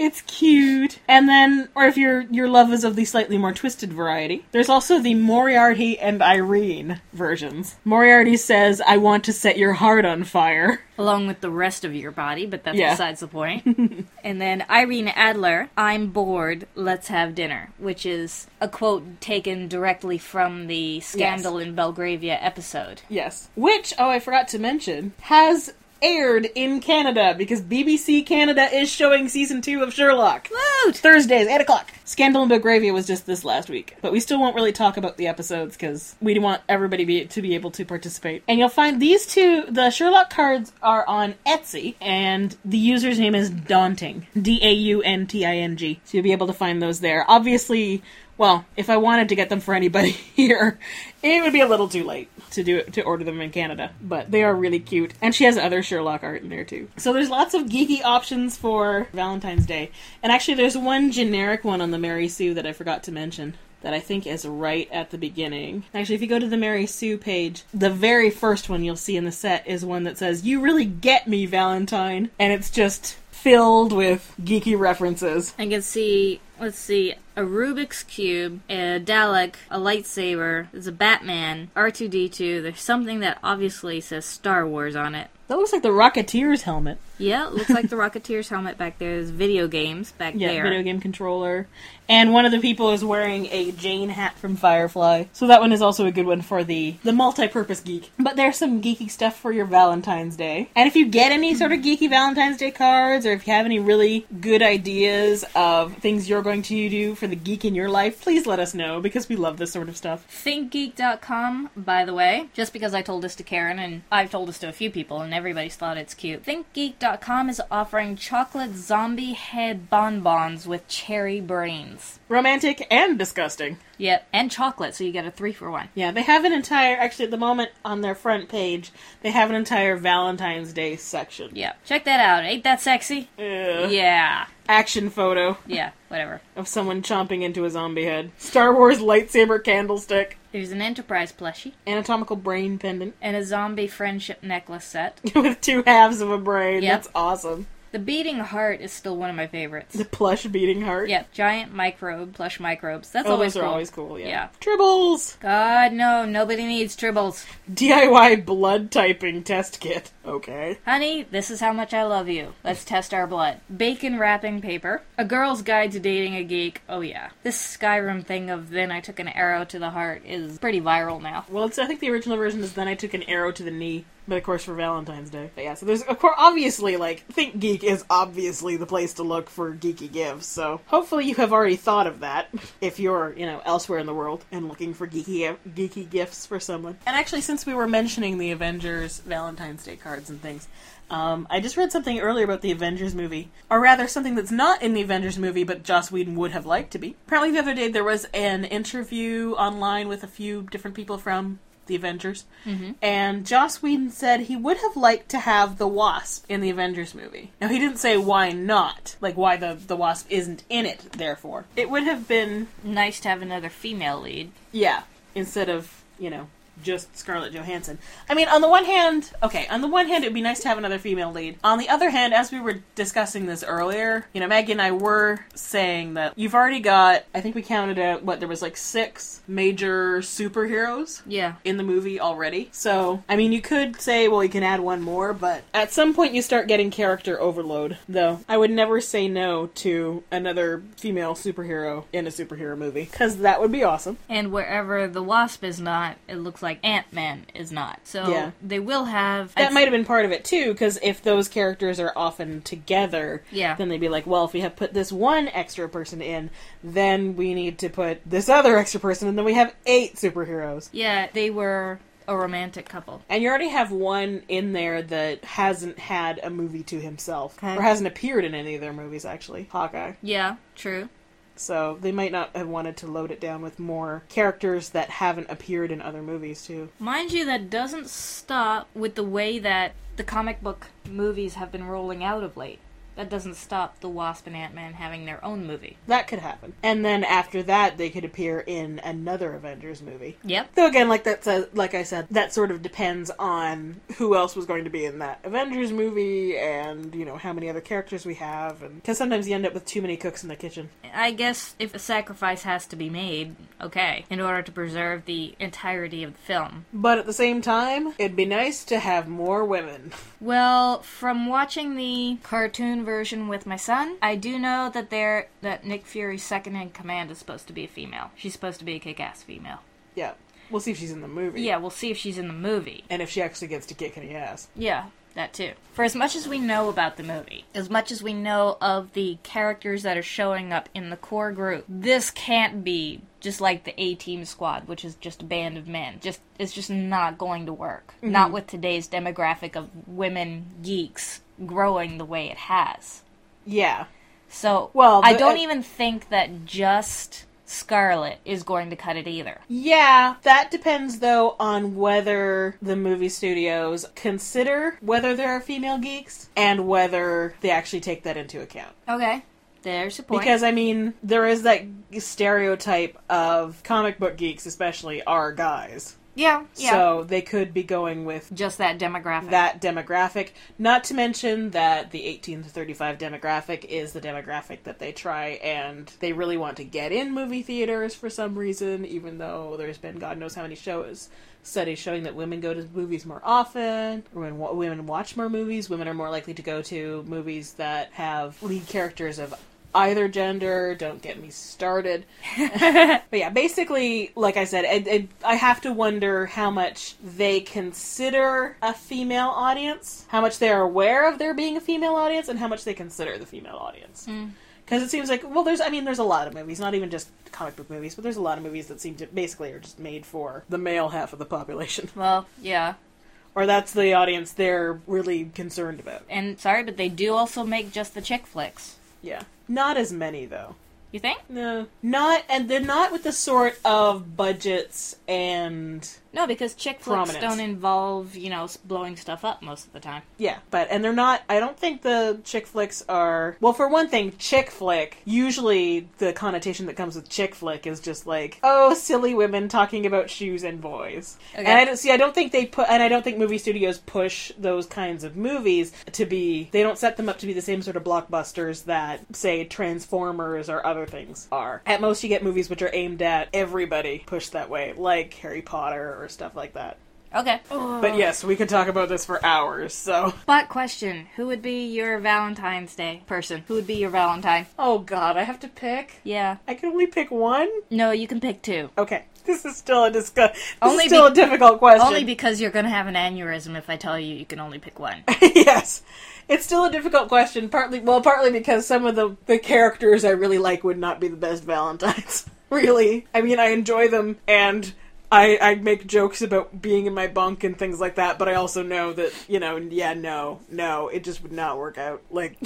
[SPEAKER 2] It's cute. And then, or if your your love is of the slightly more twisted variety, there's also the Moriarty and Irene versions. Moriarty says, "I want to set your heart on fire."
[SPEAKER 3] along with the rest of your body, but that's
[SPEAKER 2] Yeah.
[SPEAKER 3] besides the point. and then Irene Adler, I'm bored, let's have dinner, which is a quote taken directly from the Scandal in Belgravia episode.
[SPEAKER 2] Yes. Which, oh, I forgot to mention, has aired in Canada because BBC Canada is showing season two of Sherlock.
[SPEAKER 3] Woot!
[SPEAKER 2] Thursdays, 8 o'clock. Scandal in Belgravia was just this last week. But we still won't really talk about the episodes because we want everybody be, to be able to participate. And you'll find these two, the Sherlock cards are on Etsy, and the user's name is Daunting. D A U N T I N G. So you'll be able to find those there. Obviously, well, if I wanted to get them for anybody here, it would be a little too late to do it, to order them in Canada. But they are really cute, and she has other Sherlock art in there too. So there's lots of geeky options for Valentine's Day, and actually there's one generic one on the Mary Sue that I forgot to mention that I think is right at the beginning. Actually, if you go to the Mary Sue page, the very first one you'll see in the set is one that says "You really get me, Valentine," and it's just filled with geeky references.
[SPEAKER 3] I can see, let's see, a Rubik's Cube, a Dalek, a lightsaber, there's a Batman, R2D2, there's something that obviously says Star Wars on it.
[SPEAKER 2] That looks like the Rocketeer's helmet.
[SPEAKER 3] Yeah, it looks like the Rocketeer's helmet back there. There's video games back
[SPEAKER 2] Yeah,
[SPEAKER 3] there.
[SPEAKER 2] video game controller. And one of the people is wearing a Jane hat from Firefly. So that one is also a good one for the the multi-purpose geek. But there's some geeky stuff for your Valentine's Day. And if you get any sort of geeky Valentine's Day cards or if you have any really good ideas of things you're going to do for the geek in your life, please let us know because we love this sort of stuff.
[SPEAKER 3] ThinkGeek.com, by the way, just because I told this to Karen and I've told this to a few people and everybody's thought it's cute. ThinkGeek.com is offering chocolate zombie head bonbons with cherry brains.
[SPEAKER 2] Romantic and disgusting.
[SPEAKER 3] Yep, and chocolate, so you get a three for one.
[SPEAKER 2] Yeah, they have an entire actually at the moment on their front page, they have an entire Valentine's Day section.
[SPEAKER 3] Yeah, check that out. Ain't that sexy?
[SPEAKER 2] Ugh.
[SPEAKER 3] Yeah,
[SPEAKER 2] Action photo.
[SPEAKER 3] yeah, whatever.
[SPEAKER 2] of someone chomping into a zombie head. Star Wars lightsaber candlestick.
[SPEAKER 3] There's an Enterprise plushie
[SPEAKER 2] Anatomical brain pendant
[SPEAKER 3] and a zombie friendship necklace set.
[SPEAKER 2] with two halves of a brain.
[SPEAKER 3] Yep.
[SPEAKER 2] That's awesome.
[SPEAKER 3] The beating heart is still one of my favorites.
[SPEAKER 2] The plush beating heart.
[SPEAKER 3] Yeah, giant microbe, plush microbes. That's
[SPEAKER 2] Oh,
[SPEAKER 3] always
[SPEAKER 2] those are
[SPEAKER 3] cool.
[SPEAKER 2] always cool. Yeah.
[SPEAKER 3] Yeah.
[SPEAKER 2] Tribbles!
[SPEAKER 3] God, no, nobody needs tribbles.
[SPEAKER 2] DIY blood typing test kit. Okay.
[SPEAKER 3] Honey, this is how much I love you. Let's test our blood. Bacon wrapping paper. A girl's guide to dating a geek. Oh, yeah. This Skyrim thing of then I took an arrow to the heart is pretty viral now.
[SPEAKER 2] Well, it's, I think the original version is then I took an arrow to the knee, but of course for Valentine's Day. But yeah, so there's of course obviously like Think Geek is obviously the place to look for geeky gifts. So hopefully you have already thought of that if you're you know elsewhere in the world and looking for geeky geeky gifts for someone. And actually, since we were mentioning the Avengers Valentine's Day cards and things. Um, I just read something earlier about the Avengers movie, or rather something that's not in the Avengers movie, but Joss Whedon would have liked to be. Apparently, the other day there was an interview online with a few different people from the Avengers, and Joss Whedon said he would have liked to have the Wasp in the Avengers movie. Now he didn't say why not, like why the the Wasp isn't in it. Therefore, it would have been
[SPEAKER 3] Nice to have another female lead.
[SPEAKER 2] yeah instead of you know just Scarlett Johansson. I mean, on the one hand, okay, on the one hand, it'd be nice to have another female lead. On the other hand, as we were discussing this earlier, you know, Maggie and I were saying that you've already got, I think we counted out, what, there was like six major superheroes
[SPEAKER 3] Yeah.
[SPEAKER 2] in the movie already. So, I mean, you could say, well, you can add one more, but at some point you start getting character overload, though. I would never say no to another female superhero in a superhero movie, because that would be awesome.
[SPEAKER 3] And wherever the Wasp is not, it looks like Ant Man is not. So
[SPEAKER 2] Yeah.
[SPEAKER 3] they will have.
[SPEAKER 2] That might have been part of it too, because if those characters are often together,
[SPEAKER 3] Yeah.
[SPEAKER 2] then they'd be like, well, if we have put this one extra person in, then we need to put this other extra person, and then we have eight superheroes.
[SPEAKER 3] Yeah, they were a romantic couple.
[SPEAKER 2] And you already have one in there that hasn't had a movie to himself,
[SPEAKER 3] Okay.
[SPEAKER 2] or hasn't appeared in any of their movies, actually, Hawkeye.
[SPEAKER 3] Yeah, true.
[SPEAKER 2] So they might not have wanted to load it down with more characters that haven't appeared in other movies, too.
[SPEAKER 3] Mind you, that doesn't stop with the way that the comic book movies have been rolling out of late. That doesn't stop the Wasp and Ant Man having their own movie.
[SPEAKER 2] That could happen. And then after that, they could appear in another Avengers movie.
[SPEAKER 3] Yep.
[SPEAKER 2] Though again, like that says, like I said, that sort of depends on who else was going to be in that Avengers movie, and you know how many other characters we have, and because sometimes you end up with too many cooks in the kitchen.
[SPEAKER 3] I guess if a sacrifice has to be made, okay, in order to preserve the entirety of the film.
[SPEAKER 2] But at the same time, it'd be nice to have more women.
[SPEAKER 3] Well, from watching the cartoon version with my son, I do know that there that Nick Fury's second in command is supposed to be a female. She's supposed to be a kick-ass female.
[SPEAKER 2] yeah, we'll see if she's in the movie.
[SPEAKER 3] Yeah, we'll see if she's in the movie.
[SPEAKER 2] and if she actually gets to kick any ass.
[SPEAKER 3] Yeah, that too. For as much as we know about the movie, as much as we know of the characters that are showing up in the core group, this can't be just like the A Team squad, which is just a band of men. Just it's just not going to work.
[SPEAKER 2] Mm-hmm.
[SPEAKER 3] Not with today's demographic of women geeks growing the way it has.
[SPEAKER 2] Yeah,
[SPEAKER 3] So
[SPEAKER 2] Well,
[SPEAKER 3] I
[SPEAKER 2] the-
[SPEAKER 3] don't
[SPEAKER 2] uh,
[SPEAKER 3] even think that just Scarlet is going to cut it either.
[SPEAKER 2] Yeah, that depends though on whether the movie studios consider whether there are female geeks and whether they actually take that into account.
[SPEAKER 3] Okay. There's a point.
[SPEAKER 2] Because I mean, there is that stereotype of comic book geeks especially are guys.
[SPEAKER 3] yeah, yeah.
[SPEAKER 2] So they could be going with
[SPEAKER 3] just that demographic.
[SPEAKER 2] that demographic, not to mention that the 18 to 35 demographic is the demographic that they try and they really want to get in movie theaters for some reason, even though there's been God knows how many shows studies showing that women go to movies more often, or when wa- women watch more movies, women are more likely to go to movies that have lead characters of either gender. Don't get me started. But yeah, basically, like I said, I, I, I have to wonder how much they consider a female audience, how much they are aware of there being a female audience, and how much they consider the female audience. Because it seems like, well, there's, I mean, there's a lot of movies, not even just comic book movies, but there's a lot of movies that seem to basically are just made for the male half of the population,
[SPEAKER 3] well, yeah.
[SPEAKER 2] or that's the audience they're really concerned about.
[SPEAKER 3] And sorry, but they do also make just the chick flicks.
[SPEAKER 2] Yeah, not as many though.
[SPEAKER 3] You think?
[SPEAKER 2] No, not, and they're not with the sort of budgets and
[SPEAKER 3] No, because chick flicks
[SPEAKER 2] Prominence.
[SPEAKER 3] don't involve, you know, s- blowing stuff up most of the time.
[SPEAKER 2] Yeah, but and they're not. I don't think the chick flicks are. Well, for one thing, chick flick. Usually, the connotation that comes with chick flick is just like, oh, silly women talking about shoes and boys.
[SPEAKER 3] Okay.
[SPEAKER 2] And I don't see. I don't think they put. And I don't think movie studios push those kinds of movies to be. They don't set them up to be the same sort of blockbusters that say Transformers or other things are. At most, you get movies which are aimed at everybody pushed that way, like Harry Potter or stuff like that.
[SPEAKER 3] Okay.
[SPEAKER 2] But yes, we could talk about this for hours. So.
[SPEAKER 3] Oh. But question, who would be your Valentine's Day person? Who would be your Valentine?
[SPEAKER 2] Oh god, I have to pick.
[SPEAKER 3] Yeah.
[SPEAKER 2] I can only pick one.
[SPEAKER 3] No, you can pick two.
[SPEAKER 2] Okay, this is still a discuss. Only
[SPEAKER 3] Only
[SPEAKER 2] is still
[SPEAKER 3] be-
[SPEAKER 2] a difficult question.
[SPEAKER 3] Only because you're gonna have an aneurysm if I tell you you can only pick one.
[SPEAKER 2] yes, it's still a difficult question. Partly, well, partly because some of the the characters I really like would not be the best Valentines. really, I mean, I enjoy them and. I, I make jokes about being in my bunk and things like that, but I also know that, you know, yeah, no, no, it just would not work out. Like,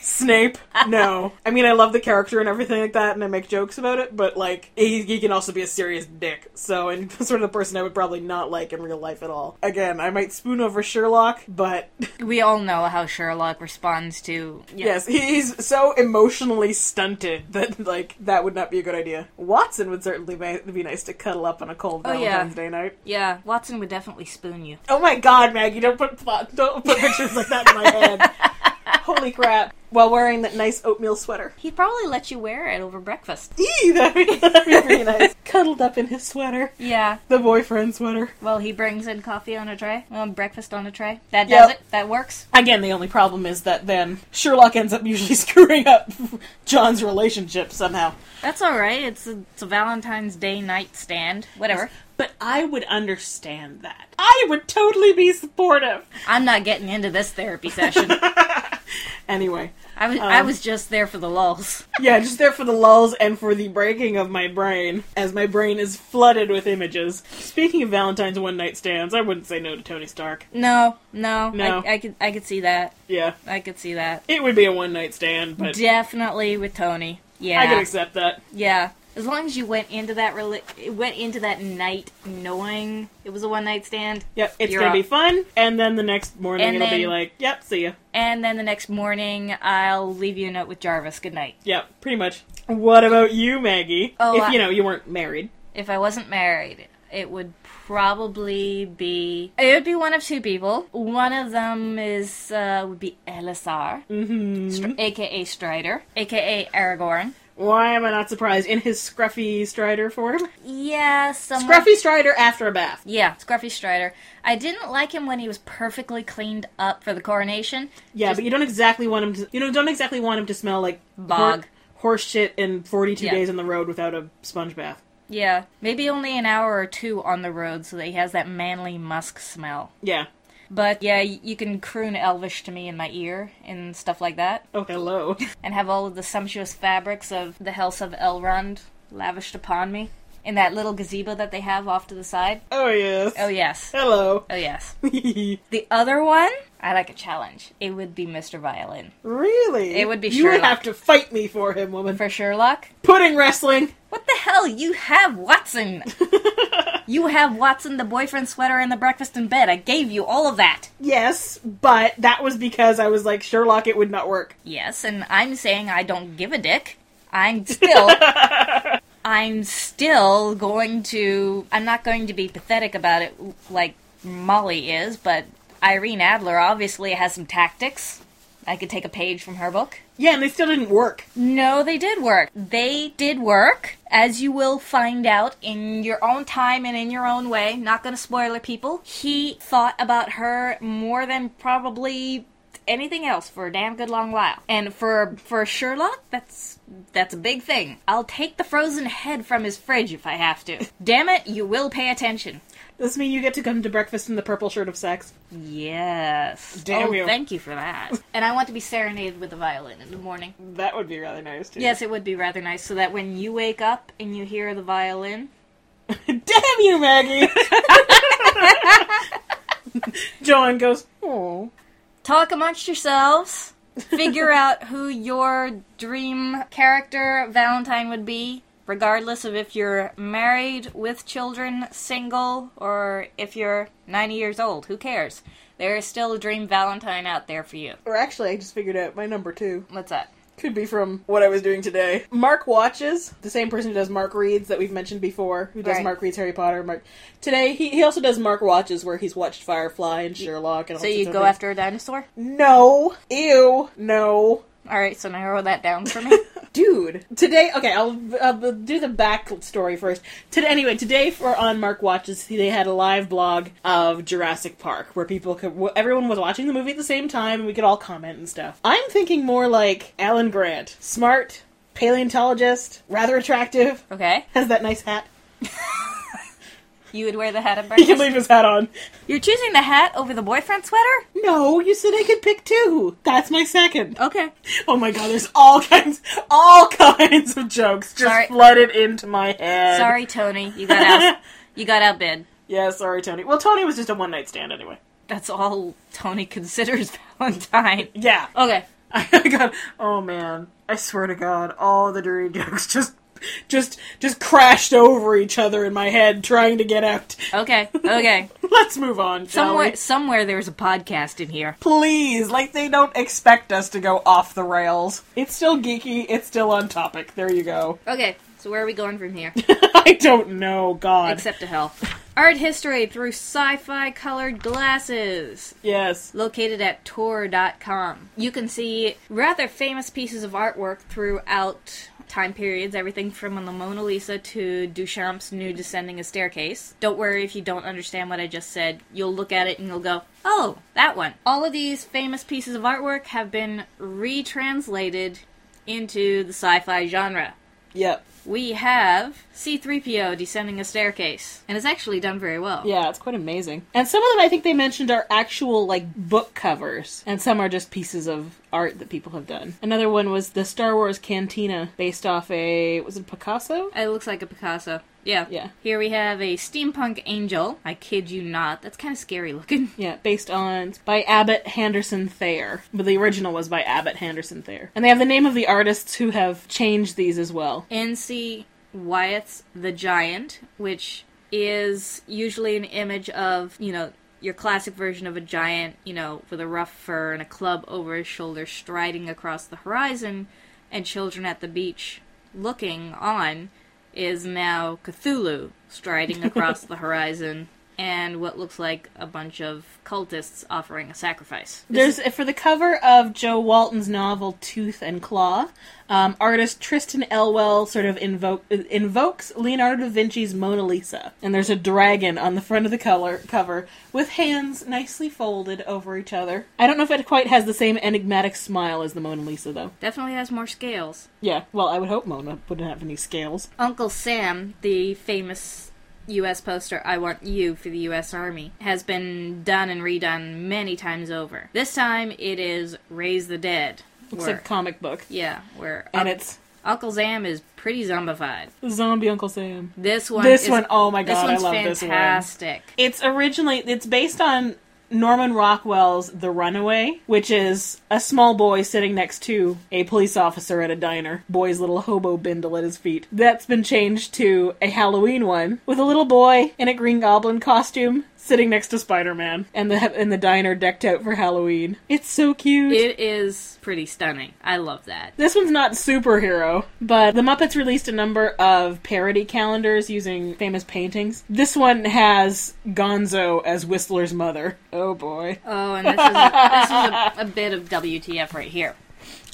[SPEAKER 2] Snape. No, I mean I love the character and everything like that, and I make jokes about it. But like he, he can also be a serious dick. So and sort of the person I would probably not like in real life at all. Again, I might spoon over Sherlock, but
[SPEAKER 3] We all know how Sherlock responds to.
[SPEAKER 2] yes, he's so emotionally stunted that like that would not be a good idea. Watson would certainly ma- be nice to cuddle up on a cold
[SPEAKER 3] Oh, yeah.
[SPEAKER 2] Valentine's Day night.
[SPEAKER 3] Yeah, Watson would definitely spoon you.
[SPEAKER 2] Oh my god, Maggie, don't put plot, don't put pictures like that in my head. Holy crap. While wearing that nice oatmeal sweater.
[SPEAKER 3] He'd probably let you wear it over breakfast.
[SPEAKER 2] Eee, that'd be, that'd be pretty nice. Cuddled up in his sweater.
[SPEAKER 3] Yeah.
[SPEAKER 2] The boyfriend sweater.
[SPEAKER 3] Well, he brings in coffee on a tray. Well, breakfast on a tray. That
[SPEAKER 2] Yep.
[SPEAKER 3] does it. That works.
[SPEAKER 2] Again, the only problem is that then Sherlock ends up usually screwing up John's relationship somehow.
[SPEAKER 3] That's all right. It's a, it's a Valentine's Day night stand. Whatever.
[SPEAKER 2] But I would understand that. I would totally be supportive.
[SPEAKER 3] I'm not getting into this therapy session.
[SPEAKER 2] Anyway,
[SPEAKER 3] I was I was just there for the lulls.
[SPEAKER 2] yeah, just there for the lulls and for the breaking of my brain, as my brain is flooded with images. Speaking of Valentine's one night stands, I wouldn't say no to Tony Stark.
[SPEAKER 3] No, no,
[SPEAKER 2] No.
[SPEAKER 3] I, I could I could see that.
[SPEAKER 2] Yeah,
[SPEAKER 3] I could see that.
[SPEAKER 2] it would be a one night stand, but
[SPEAKER 3] Definitely with Tony. Yeah.
[SPEAKER 2] I could accept that.
[SPEAKER 3] Yeah. As long as you went into that rela- went into that night knowing it was a one night stand,
[SPEAKER 2] Yep, it's
[SPEAKER 3] You're
[SPEAKER 2] gonna be
[SPEAKER 3] up.
[SPEAKER 2] fun, and then the next morning
[SPEAKER 3] And
[SPEAKER 2] it'll be
[SPEAKER 3] then-
[SPEAKER 2] like, yep, see ya.
[SPEAKER 3] and then the next morning I'll leave you a note with Jarvis. Good night.
[SPEAKER 2] Yep, pretty much. What about you, Maggie?
[SPEAKER 3] Oh,
[SPEAKER 2] if
[SPEAKER 3] I-
[SPEAKER 2] you know you weren't married.
[SPEAKER 3] If I wasn't married, it would probably be it would be one of two people. One of them is uh, would be Elisar,
[SPEAKER 2] hmm
[SPEAKER 3] Str- aka Strider, aka Aragorn.
[SPEAKER 2] Why am I not surprised? In his scruffy Strider form,
[SPEAKER 3] Uh-huh. Yeah, someone
[SPEAKER 2] scruffy Strider after a bath.
[SPEAKER 3] Yeah, Scruffy Strider. I didn't like him when he was perfectly cleaned up for the coronation.
[SPEAKER 2] Yeah, but you don't exactly want him to. You know, don't exactly want him to smell like
[SPEAKER 3] Bog.
[SPEAKER 2] horse shit, and forty-two
[SPEAKER 3] Yeah.
[SPEAKER 2] days on the road without a sponge bath.
[SPEAKER 3] Yeah, maybe only an hour or two on the road so that he has that manly musk smell.
[SPEAKER 2] Yeah.
[SPEAKER 3] But yeah, y- you can croon Elvish to me in my ear and stuff like that,
[SPEAKER 2] Oh, hello.
[SPEAKER 3] and have all of the sumptuous fabrics of the house of Elrond lavished upon me in that little gazebo that they have off to the side.
[SPEAKER 2] Oh yes.
[SPEAKER 3] Oh, yes.
[SPEAKER 2] Hello.
[SPEAKER 3] Oh, yes. The other one, I like a challenge. It would be Mr. Violin.
[SPEAKER 2] really?
[SPEAKER 3] It would be
[SPEAKER 2] You would
[SPEAKER 3] Sherlock.
[SPEAKER 2] have to fight me for him, woman.
[SPEAKER 3] For Sherlock,
[SPEAKER 2] Pudding wrestling.
[SPEAKER 3] What the hell? You have Watson. you have Watson, the boyfriend sweater, and the breakfast in bed. I gave you all of that.
[SPEAKER 2] Yes, but that was because I was like Sherlock. It would not work.
[SPEAKER 3] Yes, and I'm saying I don't give a dick. I'm still. I'm still going to. I'm not going to be pathetic about it like Molly is, but Irene Adler obviously has some tactics. I could take a page from her book.
[SPEAKER 2] Yeah, and they still didn't work.
[SPEAKER 3] No, they did work. They did work, as you will find out in your own time and in your own way. Not going to spoil it, people. He thought about her more than probably anything else for a damn good long while. And for for Sherlock, that's that's a big thing. I'll take the frozen head from his fridge if I have to. damn it, you will pay attention.
[SPEAKER 2] Does this mean you get to come to breakfast in the purple shirt of sex?
[SPEAKER 3] Yes.
[SPEAKER 2] Damn
[SPEAKER 3] oh,
[SPEAKER 2] you.
[SPEAKER 3] thank you for that. and I want to be serenaded with a violin in the morning.
[SPEAKER 2] That would be rather nice too.
[SPEAKER 3] Yes, it would be rather nice so that when you wake up and you hear the violin.
[SPEAKER 2] Damn you, Maggie. John goes. Oh.
[SPEAKER 3] Talk amongst yourselves. Figure out who your dream character Valentine would be, regardless of if you're married with children, single, or if you're 90 years old. Who cares? There is still a dream Valentine out there for you.
[SPEAKER 2] Or actually, I just figured out my number two
[SPEAKER 3] What's that?
[SPEAKER 2] could be from what I was doing today. Mark watches the same person who does Mark reads that we've mentioned before, who does
[SPEAKER 3] Right.
[SPEAKER 2] Mark reads Harry Potter. Mark today he, he also does Mark watches where he's watched Firefly and Sherlock and all
[SPEAKER 3] So
[SPEAKER 2] sorts
[SPEAKER 3] you
[SPEAKER 2] of
[SPEAKER 3] go
[SPEAKER 2] things.
[SPEAKER 3] after a dinosaur?
[SPEAKER 2] No, ew, no.
[SPEAKER 3] Alright, so narrow that down for me.
[SPEAKER 2] Dude, today. Okay, I'll, I'll do the back story first. Today, anyway, today for on Mark watches, they had a live blog of Jurassic Park where people could, wh- everyone was watching the movie at the same time, and we could all comment and stuff. I'm thinking more like Alan Grant, smart paleontologist, rather attractive,
[SPEAKER 3] Okay.
[SPEAKER 2] has that nice hat.
[SPEAKER 3] You would wear the hat at
[SPEAKER 2] He can
[SPEAKER 3] breakfast?
[SPEAKER 2] leave his hat on.
[SPEAKER 3] You're choosing the hat over the boyfriend sweater?
[SPEAKER 2] No, you said I could pick two. That's my second.
[SPEAKER 3] Okay.
[SPEAKER 2] Oh my god, there's all kinds, all kinds of jokes just
[SPEAKER 3] Sorry.
[SPEAKER 2] flooded into my head.
[SPEAKER 3] Sorry, Tony. You got out. you got outbid.
[SPEAKER 2] Yeah, sorry, Tony. Well, Tony was just a one night stand anyway.
[SPEAKER 3] That's all Tony considers Valentine.
[SPEAKER 2] Yeah.
[SPEAKER 3] Okay.
[SPEAKER 2] I got. Oh man, I swear to God, all the dirty jokes just, just, just crashed over each other in my head, trying to get out.
[SPEAKER 3] Okay, okay.
[SPEAKER 2] Let's move on, shall
[SPEAKER 3] somewhere,
[SPEAKER 2] we?
[SPEAKER 3] somewhere there's a podcast in here.
[SPEAKER 2] Please, like they don't expect us to go off the rails. It's still geeky. It's still on topic. There you go.
[SPEAKER 3] Okay, so where are we going from here?
[SPEAKER 2] I don't know. God.
[SPEAKER 3] Except to hell. Art history through sci-fi colored glasses.
[SPEAKER 2] yes.
[SPEAKER 3] located at tour.com. You can see rather famous pieces of artwork throughout time periods, everything from the Mona Lisa to Duchamp's New Descending a Staircase. Don't worry if you don't understand what I just said. You'll look at it and you'll go, oh, that one. All of these famous pieces of artwork have been retranslated into the sci fi genre.
[SPEAKER 2] Yep.
[SPEAKER 3] We have C3PO descending a staircase, and it's actually done very well.
[SPEAKER 2] Yeah, it's quite amazing. And some of them I think they mentioned are actual like book covers, and some are just pieces of art that people have done. Another one was the Star Wars Cantina based off a was it Picasso?
[SPEAKER 3] It looks like a Picasso. Yeah.
[SPEAKER 2] Yeah.
[SPEAKER 3] Here we have a steampunk angel. I kid you not. That's kind of scary looking.
[SPEAKER 2] Yeah, based on by Abbott Henderson Thayer. But the original was by Abbott Henderson Thayer. And they have the name of the artists who have changed these as well.
[SPEAKER 3] N.C. Wyeth's The Giant, which is usually an image of, you know, your classic version of a giant, you know, with a rough fur and a club over his shoulder striding across the horizon, and children at the beach looking on, is now Cthulhu striding across the horizon. And what looks like a bunch of cultists offering a sacrifice.
[SPEAKER 2] There's for the cover of Joe Walton's novel Tooth and Claw, um, artist Tristan Elwell sort of invoke, invokes Leonardo da Vinci's Mona Lisa, and there's a dragon on the front of the color cover with hands nicely folded over each other. I don't know if it quite has the same enigmatic smile as the Mona Lisa, though.
[SPEAKER 3] Definitely has more scales.
[SPEAKER 2] Yeah, well, I would hope Mona wouldn't have any scales.
[SPEAKER 3] Uncle Sam, the famous U.S. poster I Want You for the U.S. Army, has been done and redone many times over. This time it is Raise the Dead.
[SPEAKER 2] Looks
[SPEAKER 3] where- Um,
[SPEAKER 2] like a comic book,
[SPEAKER 3] yeah, where
[SPEAKER 2] and
[SPEAKER 3] Unc-
[SPEAKER 2] it's
[SPEAKER 3] Uncle Sam is pretty zombified.
[SPEAKER 2] Zombie Uncle Sam.
[SPEAKER 3] This one
[SPEAKER 2] This
[SPEAKER 3] is-
[SPEAKER 2] one, oh my
[SPEAKER 3] this
[SPEAKER 2] God, I
[SPEAKER 3] one's
[SPEAKER 2] love this one.
[SPEAKER 3] fantastic.
[SPEAKER 2] It's originally it's based on Norman Rockwell's The Runaway, which is a small boy sitting next to a police officer at a diner, boy's little hobo bindle at his feet. That's been changed to a Halloween one with a little boy in a Green Goblin costume sitting next to Spider-Man and the and the diner decked out for Halloween. It's so cute.
[SPEAKER 3] It is pretty stunning. I love that.
[SPEAKER 2] This one's not superhero, but the Muppets released a number of parody calendars using famous paintings. This one has Gonzo as Whistler's mother. Oh boy.
[SPEAKER 3] Oh, and this is a, this is a, a bit of WTF right here.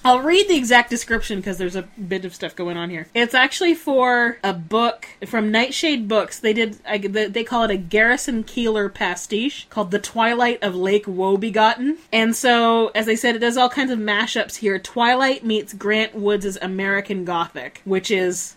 [SPEAKER 2] I'll read the exact description because there's a bit of stuff going on here. It's actually for a book from Nightshade Books. They did I, they they call it a Garrison Keeler pastiche called "The Twilight of Lake Wobegotten." And so, as I said, it does all kinds of mashups here. Twilight meets Grant Woods' American Gothic, which is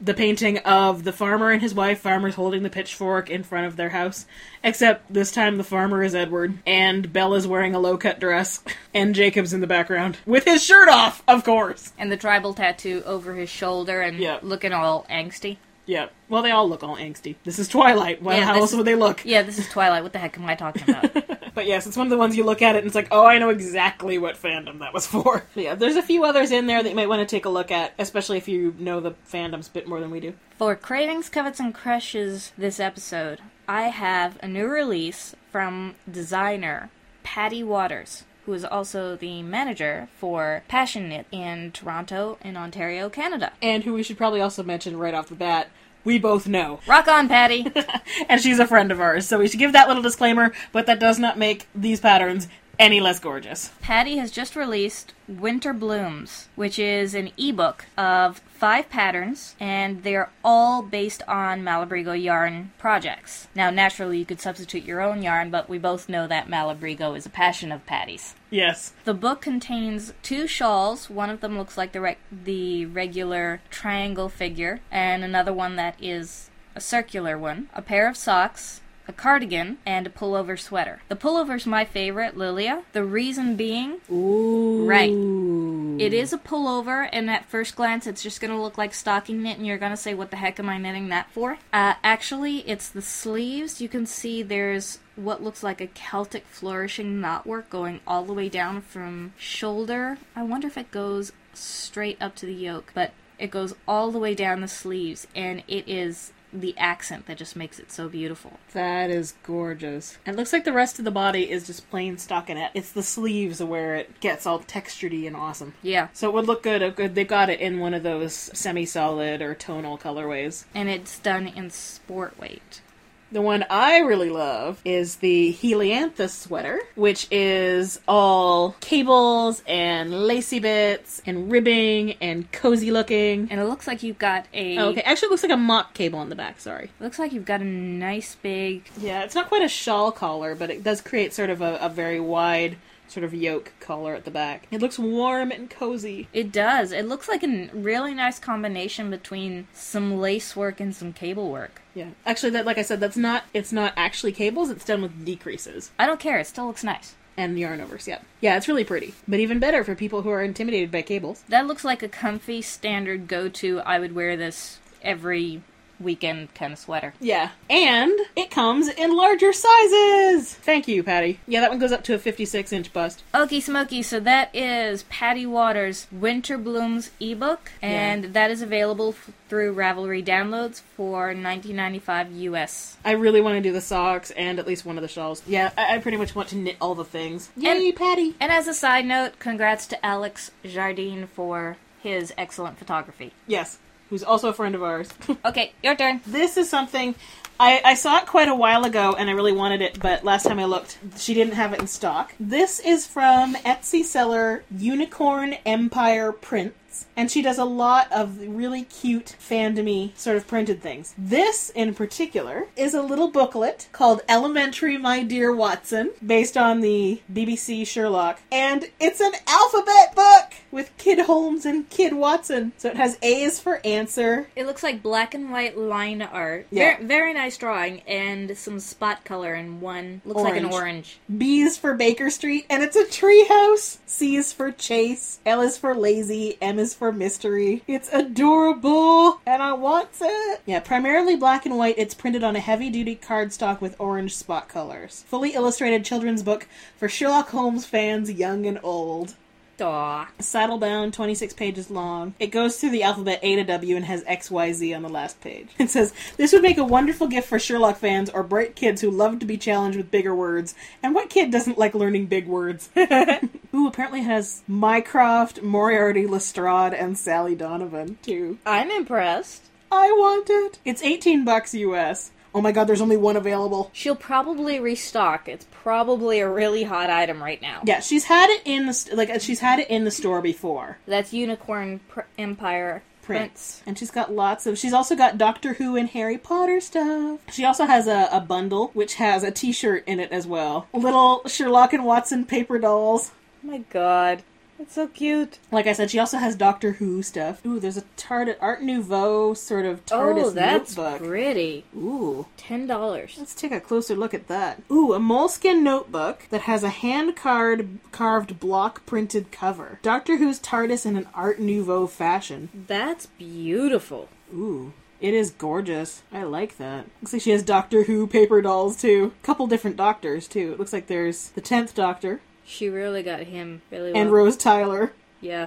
[SPEAKER 2] the painting of the farmer and his wife. Farmer's holding the pitchfork in front of their house, except this time the farmer is Edward, and Bella's wearing a low cut dress, and Jacob's in the background with his shirt off, of course.
[SPEAKER 3] And the tribal tattoo over his shoulder and
[SPEAKER 2] Yeah.
[SPEAKER 3] looking all angsty.
[SPEAKER 2] Yeah, well, they all look all angsty. This is Twilight. Well,
[SPEAKER 3] Yeah,
[SPEAKER 2] how
[SPEAKER 3] this
[SPEAKER 2] else
[SPEAKER 3] is-
[SPEAKER 2] would they look?
[SPEAKER 3] Yeah, this is Twilight. What the heck am I talking about?
[SPEAKER 2] But yes, it's one of the ones you look at it and it's like, oh, I know exactly what fandom that was for. Yeah, there's a few others in there that you might want to take a look at, especially if you know the fandoms a bit more than we do.
[SPEAKER 3] For Cravings, Covets, and Crushes this episode, I have a new release from designer Patty Waters, who is also the manager for Passion Knit in Toronto and Ontario, Canada.
[SPEAKER 2] And who we should probably also mention right off the bat, we both know
[SPEAKER 3] Rock on, Patty!
[SPEAKER 2] and she's a friend of ours, so we should give that little disclaimer, but that does not make these patterns any less gorgeous.
[SPEAKER 3] Patty has just released Winter Blooms, which is an ebook of five patterns, and they're all based on Malabrigo yarn projects. Now, naturally, you could substitute your own yarn, but we both know that Malabrigo is a passion of Patty's.
[SPEAKER 2] Yes.
[SPEAKER 3] The book contains two shawls. One of them looks like the rec- the regular triangle figure, and another one that is a circular one. A pair of socks, a cardigan, and a pullover sweater. The pullover's my favorite, Lilia. The reason being,
[SPEAKER 2] Ooh.
[SPEAKER 3] Right. It is a pullover, and at first glance, it's just going to look like stocking knit, and you're going to say, What the heck am I knitting that for? Uh, actually, it's the sleeves. You can see there's what looks like a Celtic flourishing knotwork going all the way down from shoulder. I wonder if it goes straight up to the yoke, but it goes all the way down the sleeves, and it is the accent that just makes it so beautiful.
[SPEAKER 2] That is gorgeous. It looks like the rest of the body is just plain stockinette. It's the sleeves where it gets all texturedy and awesome.
[SPEAKER 3] Yeah.
[SPEAKER 2] So it would look good if if they got it in one of those semi-solid or tonal colorways.
[SPEAKER 3] And it's done in sport weight.
[SPEAKER 2] The one I really love is the Helianthus sweater, which is all cables and lacy bits and ribbing and cozy looking.
[SPEAKER 3] And it looks like you've got a
[SPEAKER 2] Oh, okay, actually, it looks like a mock cable on the back. Sorry.
[SPEAKER 3] looks like you've got a nice big
[SPEAKER 2] Yeah, it's not quite a shawl collar, but it does create sort of a, a very wide sort of yoke collar at the back. It looks warm and cozy.
[SPEAKER 3] It does. It looks like a n- really nice combination between some lace work and some cable work.
[SPEAKER 2] Yeah, actually, that like I said, that's not it's not actually cables. It's done with decreases
[SPEAKER 3] I don't care. It still looks nice.
[SPEAKER 2] and yarn overs. Yeah, yeah, it's really pretty. But even better for people who are intimidated by cables.
[SPEAKER 3] That looks like a comfy standard go-to. I would wear this every weekend kind of sweater.
[SPEAKER 2] Yeah, and it comes in larger sizes. Thank you, Patty. Yeah, that one goes up to a 56 inch bust.
[SPEAKER 3] Okie smoky. So that is Patty Waters' Winter Blooms ebook, and that is available f- through Ravelry downloads for 19.95 US.
[SPEAKER 2] I really want to do the socks and at least one of the shawls. Yeah, I, I pretty much want to knit all the things. Yay, Patty!
[SPEAKER 3] And as a side note, congrats to Alex Jardine for his excellent photography.
[SPEAKER 2] Yes, who's also a friend of ours.
[SPEAKER 3] Okay, your turn.
[SPEAKER 2] this is something I, I saw it quite a while ago and I really wanted it, but last time I looked, she didn't have it in stock. This is from Etsy seller Unicorn Empire Prints, and she does a lot of really cute fandom sort of printed things. This in particular is a little booklet called Elementary My Dear Watson, based on the BBC Sherlock, and it's an alphabet book with Kid Holmes and Kid Watson. So it has A's for answer,
[SPEAKER 3] It looks like black and white line art.
[SPEAKER 2] Yeah.
[SPEAKER 3] Very, very nice drawing and some spot color in one. Looks like an orange.
[SPEAKER 2] B's for Baker Street, and it's a treehouse. C is for Chase. L is for Lazy. M is for Mystery. It's adorable, and I want it. Yeah, primarily black and white. It's printed on a heavy-duty cardstock with orange spot colors. Fully illustrated children's book for Sherlock Holmes fans, young and old.
[SPEAKER 3] Aw.
[SPEAKER 2] Saddlebound, 26 pages long. It goes through the alphabet A to W and has XYZ on the last page. It says, This would make a wonderful gift for Sherlock fans or bright kids who love to be challenged with bigger words. And what kid doesn't like learning big words? Ooh, apparently it has Mycroft, Moriarty, Lestrade, and Sally Donovan, too.
[SPEAKER 3] I'm impressed.
[SPEAKER 2] I want it! It's 18 bucks US. Oh my god, there's only one available.
[SPEAKER 3] She'll probably restock. It's probably a really hot item right now.
[SPEAKER 2] Yeah, she's had it in the st- like she's had it in the store before.
[SPEAKER 3] That's Unicorn pr- Empire
[SPEAKER 2] prints. And she's got lots of. She's also got Doctor Who and Harry Potter stuff. She also has a, a bundle which has a t shirt in it as well. Little Sherlock and Watson paper dolls.
[SPEAKER 3] Oh my god. That's so cute.
[SPEAKER 2] Like I said, she also has Doctor Who stuff. Ooh, there's a Tard- Art Nouveau sort of TARDIS
[SPEAKER 3] oh, that's
[SPEAKER 2] notebook.
[SPEAKER 3] pretty.
[SPEAKER 2] Ooh.
[SPEAKER 3] Ten dollars.
[SPEAKER 2] Let's take a closer look at that. Ooh, a moleskin notebook that has a hand card carved block printed cover. Doctor Who's TARDIS in an Art Nouveau fashion.
[SPEAKER 3] That's beautiful.
[SPEAKER 2] Ooh. It is gorgeous. I like that. Looks like she has Doctor Who paper dolls too. Couple different doctors too. It looks like there's the tenth Doctor
[SPEAKER 3] She really got him really well.
[SPEAKER 2] and Rose Tyler
[SPEAKER 3] yeah.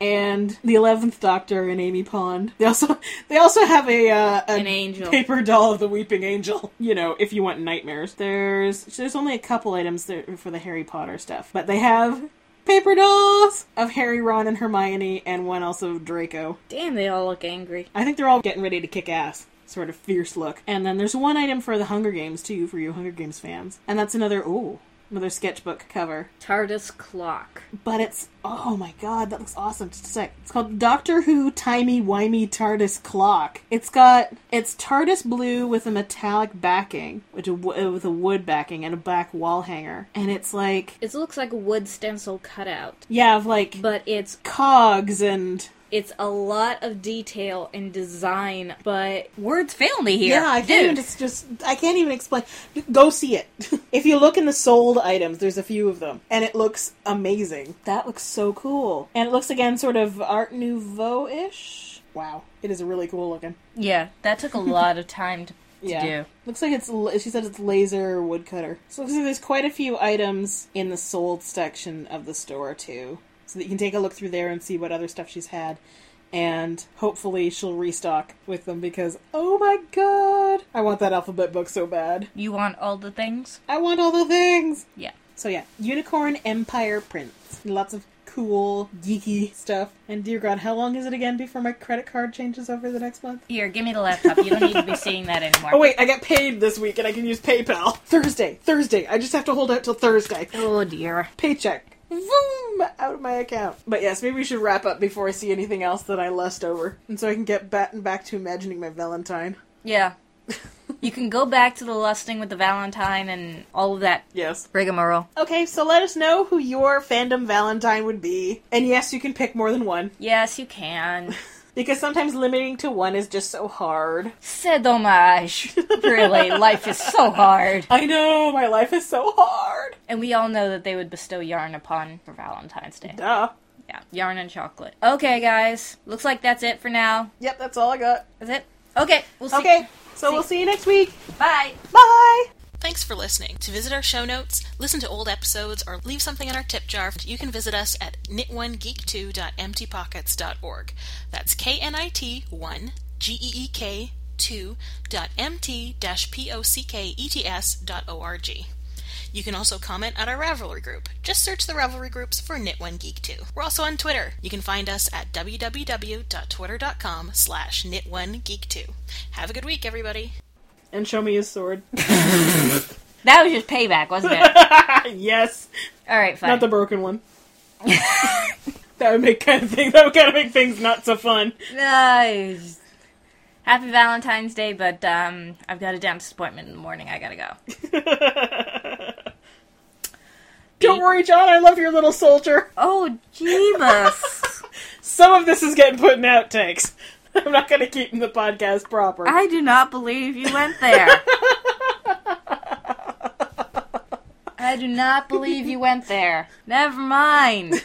[SPEAKER 2] and the eleventh Doctor and Amy Pond. They also they also have a uh, a
[SPEAKER 3] An angel.
[SPEAKER 2] paper doll of the Weeping Angel. You know, if you want nightmares, there's there's only a couple items there for the Harry Potter stuff, but they have paper dolls of Harry, Ron, and Hermione, and one also of Draco.
[SPEAKER 3] Damn, they all look angry.
[SPEAKER 2] I think they're all getting ready to kick ass. Sort of fierce look. And then there's one item for the Hunger Games, too, for you Hunger Games fans. And that's another, ooh, another sketchbook cover.
[SPEAKER 3] TARDIS clock.
[SPEAKER 2] But it's, oh my god, that looks awesome. Just a sec. It's called Doctor Who Timey Wimey TARDIS Clock. It's got, it's TARDIS blue with a metallic backing, which a, wo- with a wood backing and a black wall hanger. And it's like,
[SPEAKER 3] It looks like a wood stencil cutout,
[SPEAKER 2] yeah, of like
[SPEAKER 3] but it's
[SPEAKER 2] cogs and
[SPEAKER 3] It's a lot of detail and design, but words fail me here.
[SPEAKER 2] Yeah, I
[SPEAKER 3] Dude.
[SPEAKER 2] can't even it's just I can't even explain. Go see it. if you look in the sold items, there's a few of them, and it looks amazing. That looks so cool, and it looks again sort of Art Nouveau ish. Wow, it is really cool looking.
[SPEAKER 3] Yeah, that took a lot of time to, to do.
[SPEAKER 2] Looks like it's. l- She said it's laser woodcutter. So it looks like there's quite a few items in the sold section of the store too, so that you can take a look through there and see what other stuff she's had, and hopefully she'll restock with them because oh my god, I want that alphabet book so bad.
[SPEAKER 3] You want all the things?
[SPEAKER 2] I want all the things.
[SPEAKER 3] Yeah.
[SPEAKER 2] So yeah, Unicorn Empire prints. Lots of cool geeky stuff. And dear God, how long is it again before my credit card changes over the next month?
[SPEAKER 3] Here, give me the laptop. You don't need to be seeing that anymore.
[SPEAKER 2] Oh wait, I got paid this week and I can use PayPal. Thursday, Thursday. I just have to hold out till Thursday.
[SPEAKER 3] Oh dear.
[SPEAKER 2] Paycheck. Zoom out of my account. But yes, maybe we should wrap up before I see anything else that I lust over, and so I can get batten back to imagining my Valentine.
[SPEAKER 3] Yeah. you can go back to the lusting with the Valentine and all of that
[SPEAKER 2] Yes.
[SPEAKER 3] rigmarole.
[SPEAKER 2] Okay, so let us know who your fandom Valentine would be. And yes, you can pick more than one.
[SPEAKER 3] Yes, you can.
[SPEAKER 2] Because sometimes limiting to one is just so hard.
[SPEAKER 3] C'est dommage. Really, life is so hard.
[SPEAKER 2] I know, my life is so hard.
[SPEAKER 3] And we all know that they would bestow yarn upon for Valentine's Day.
[SPEAKER 2] Duh.
[SPEAKER 3] Yeah, yarn and chocolate. Okay, guys. Looks like that's it for now.
[SPEAKER 2] Yep, that's all I got.
[SPEAKER 3] Is it? Okay, we'll see.
[SPEAKER 2] Okay, so we'll see you next week.
[SPEAKER 3] Bye.
[SPEAKER 2] Bye!
[SPEAKER 4] Thanks for listening. To visit our show notes, listen to old episodes, or leave something in our tip jar, you can visit us at knit1geek2.emptypockets.org. That's K N I T 1 G E E K 2 dot M T dash P O C K E T S dot O R G. You can also comment on our Ravelry group. Just search the Ravelry groups for Knit1Geek2. We're also on Twitter. You can find us at www.twitter.com slash knit1geek2. Have a good week, everybody.
[SPEAKER 2] And show me his sword.
[SPEAKER 3] That was just payback, wasn't it?
[SPEAKER 2] yes,
[SPEAKER 3] all right, fine.
[SPEAKER 2] not the broken one. that would make kind of thing. That would kind of make things not so fun.
[SPEAKER 3] Nice. Happy Valentine's Day, but um, I've got a dentist appointment in the morning. I gotta go.
[SPEAKER 2] Don't worry, John. I love your little soldier.
[SPEAKER 3] Oh, Jeebus.
[SPEAKER 2] Some of this is getting put in outtakes. I'm not going to keep in the podcast proper.
[SPEAKER 3] I do not believe you went there. I do not believe you went there. Never mind.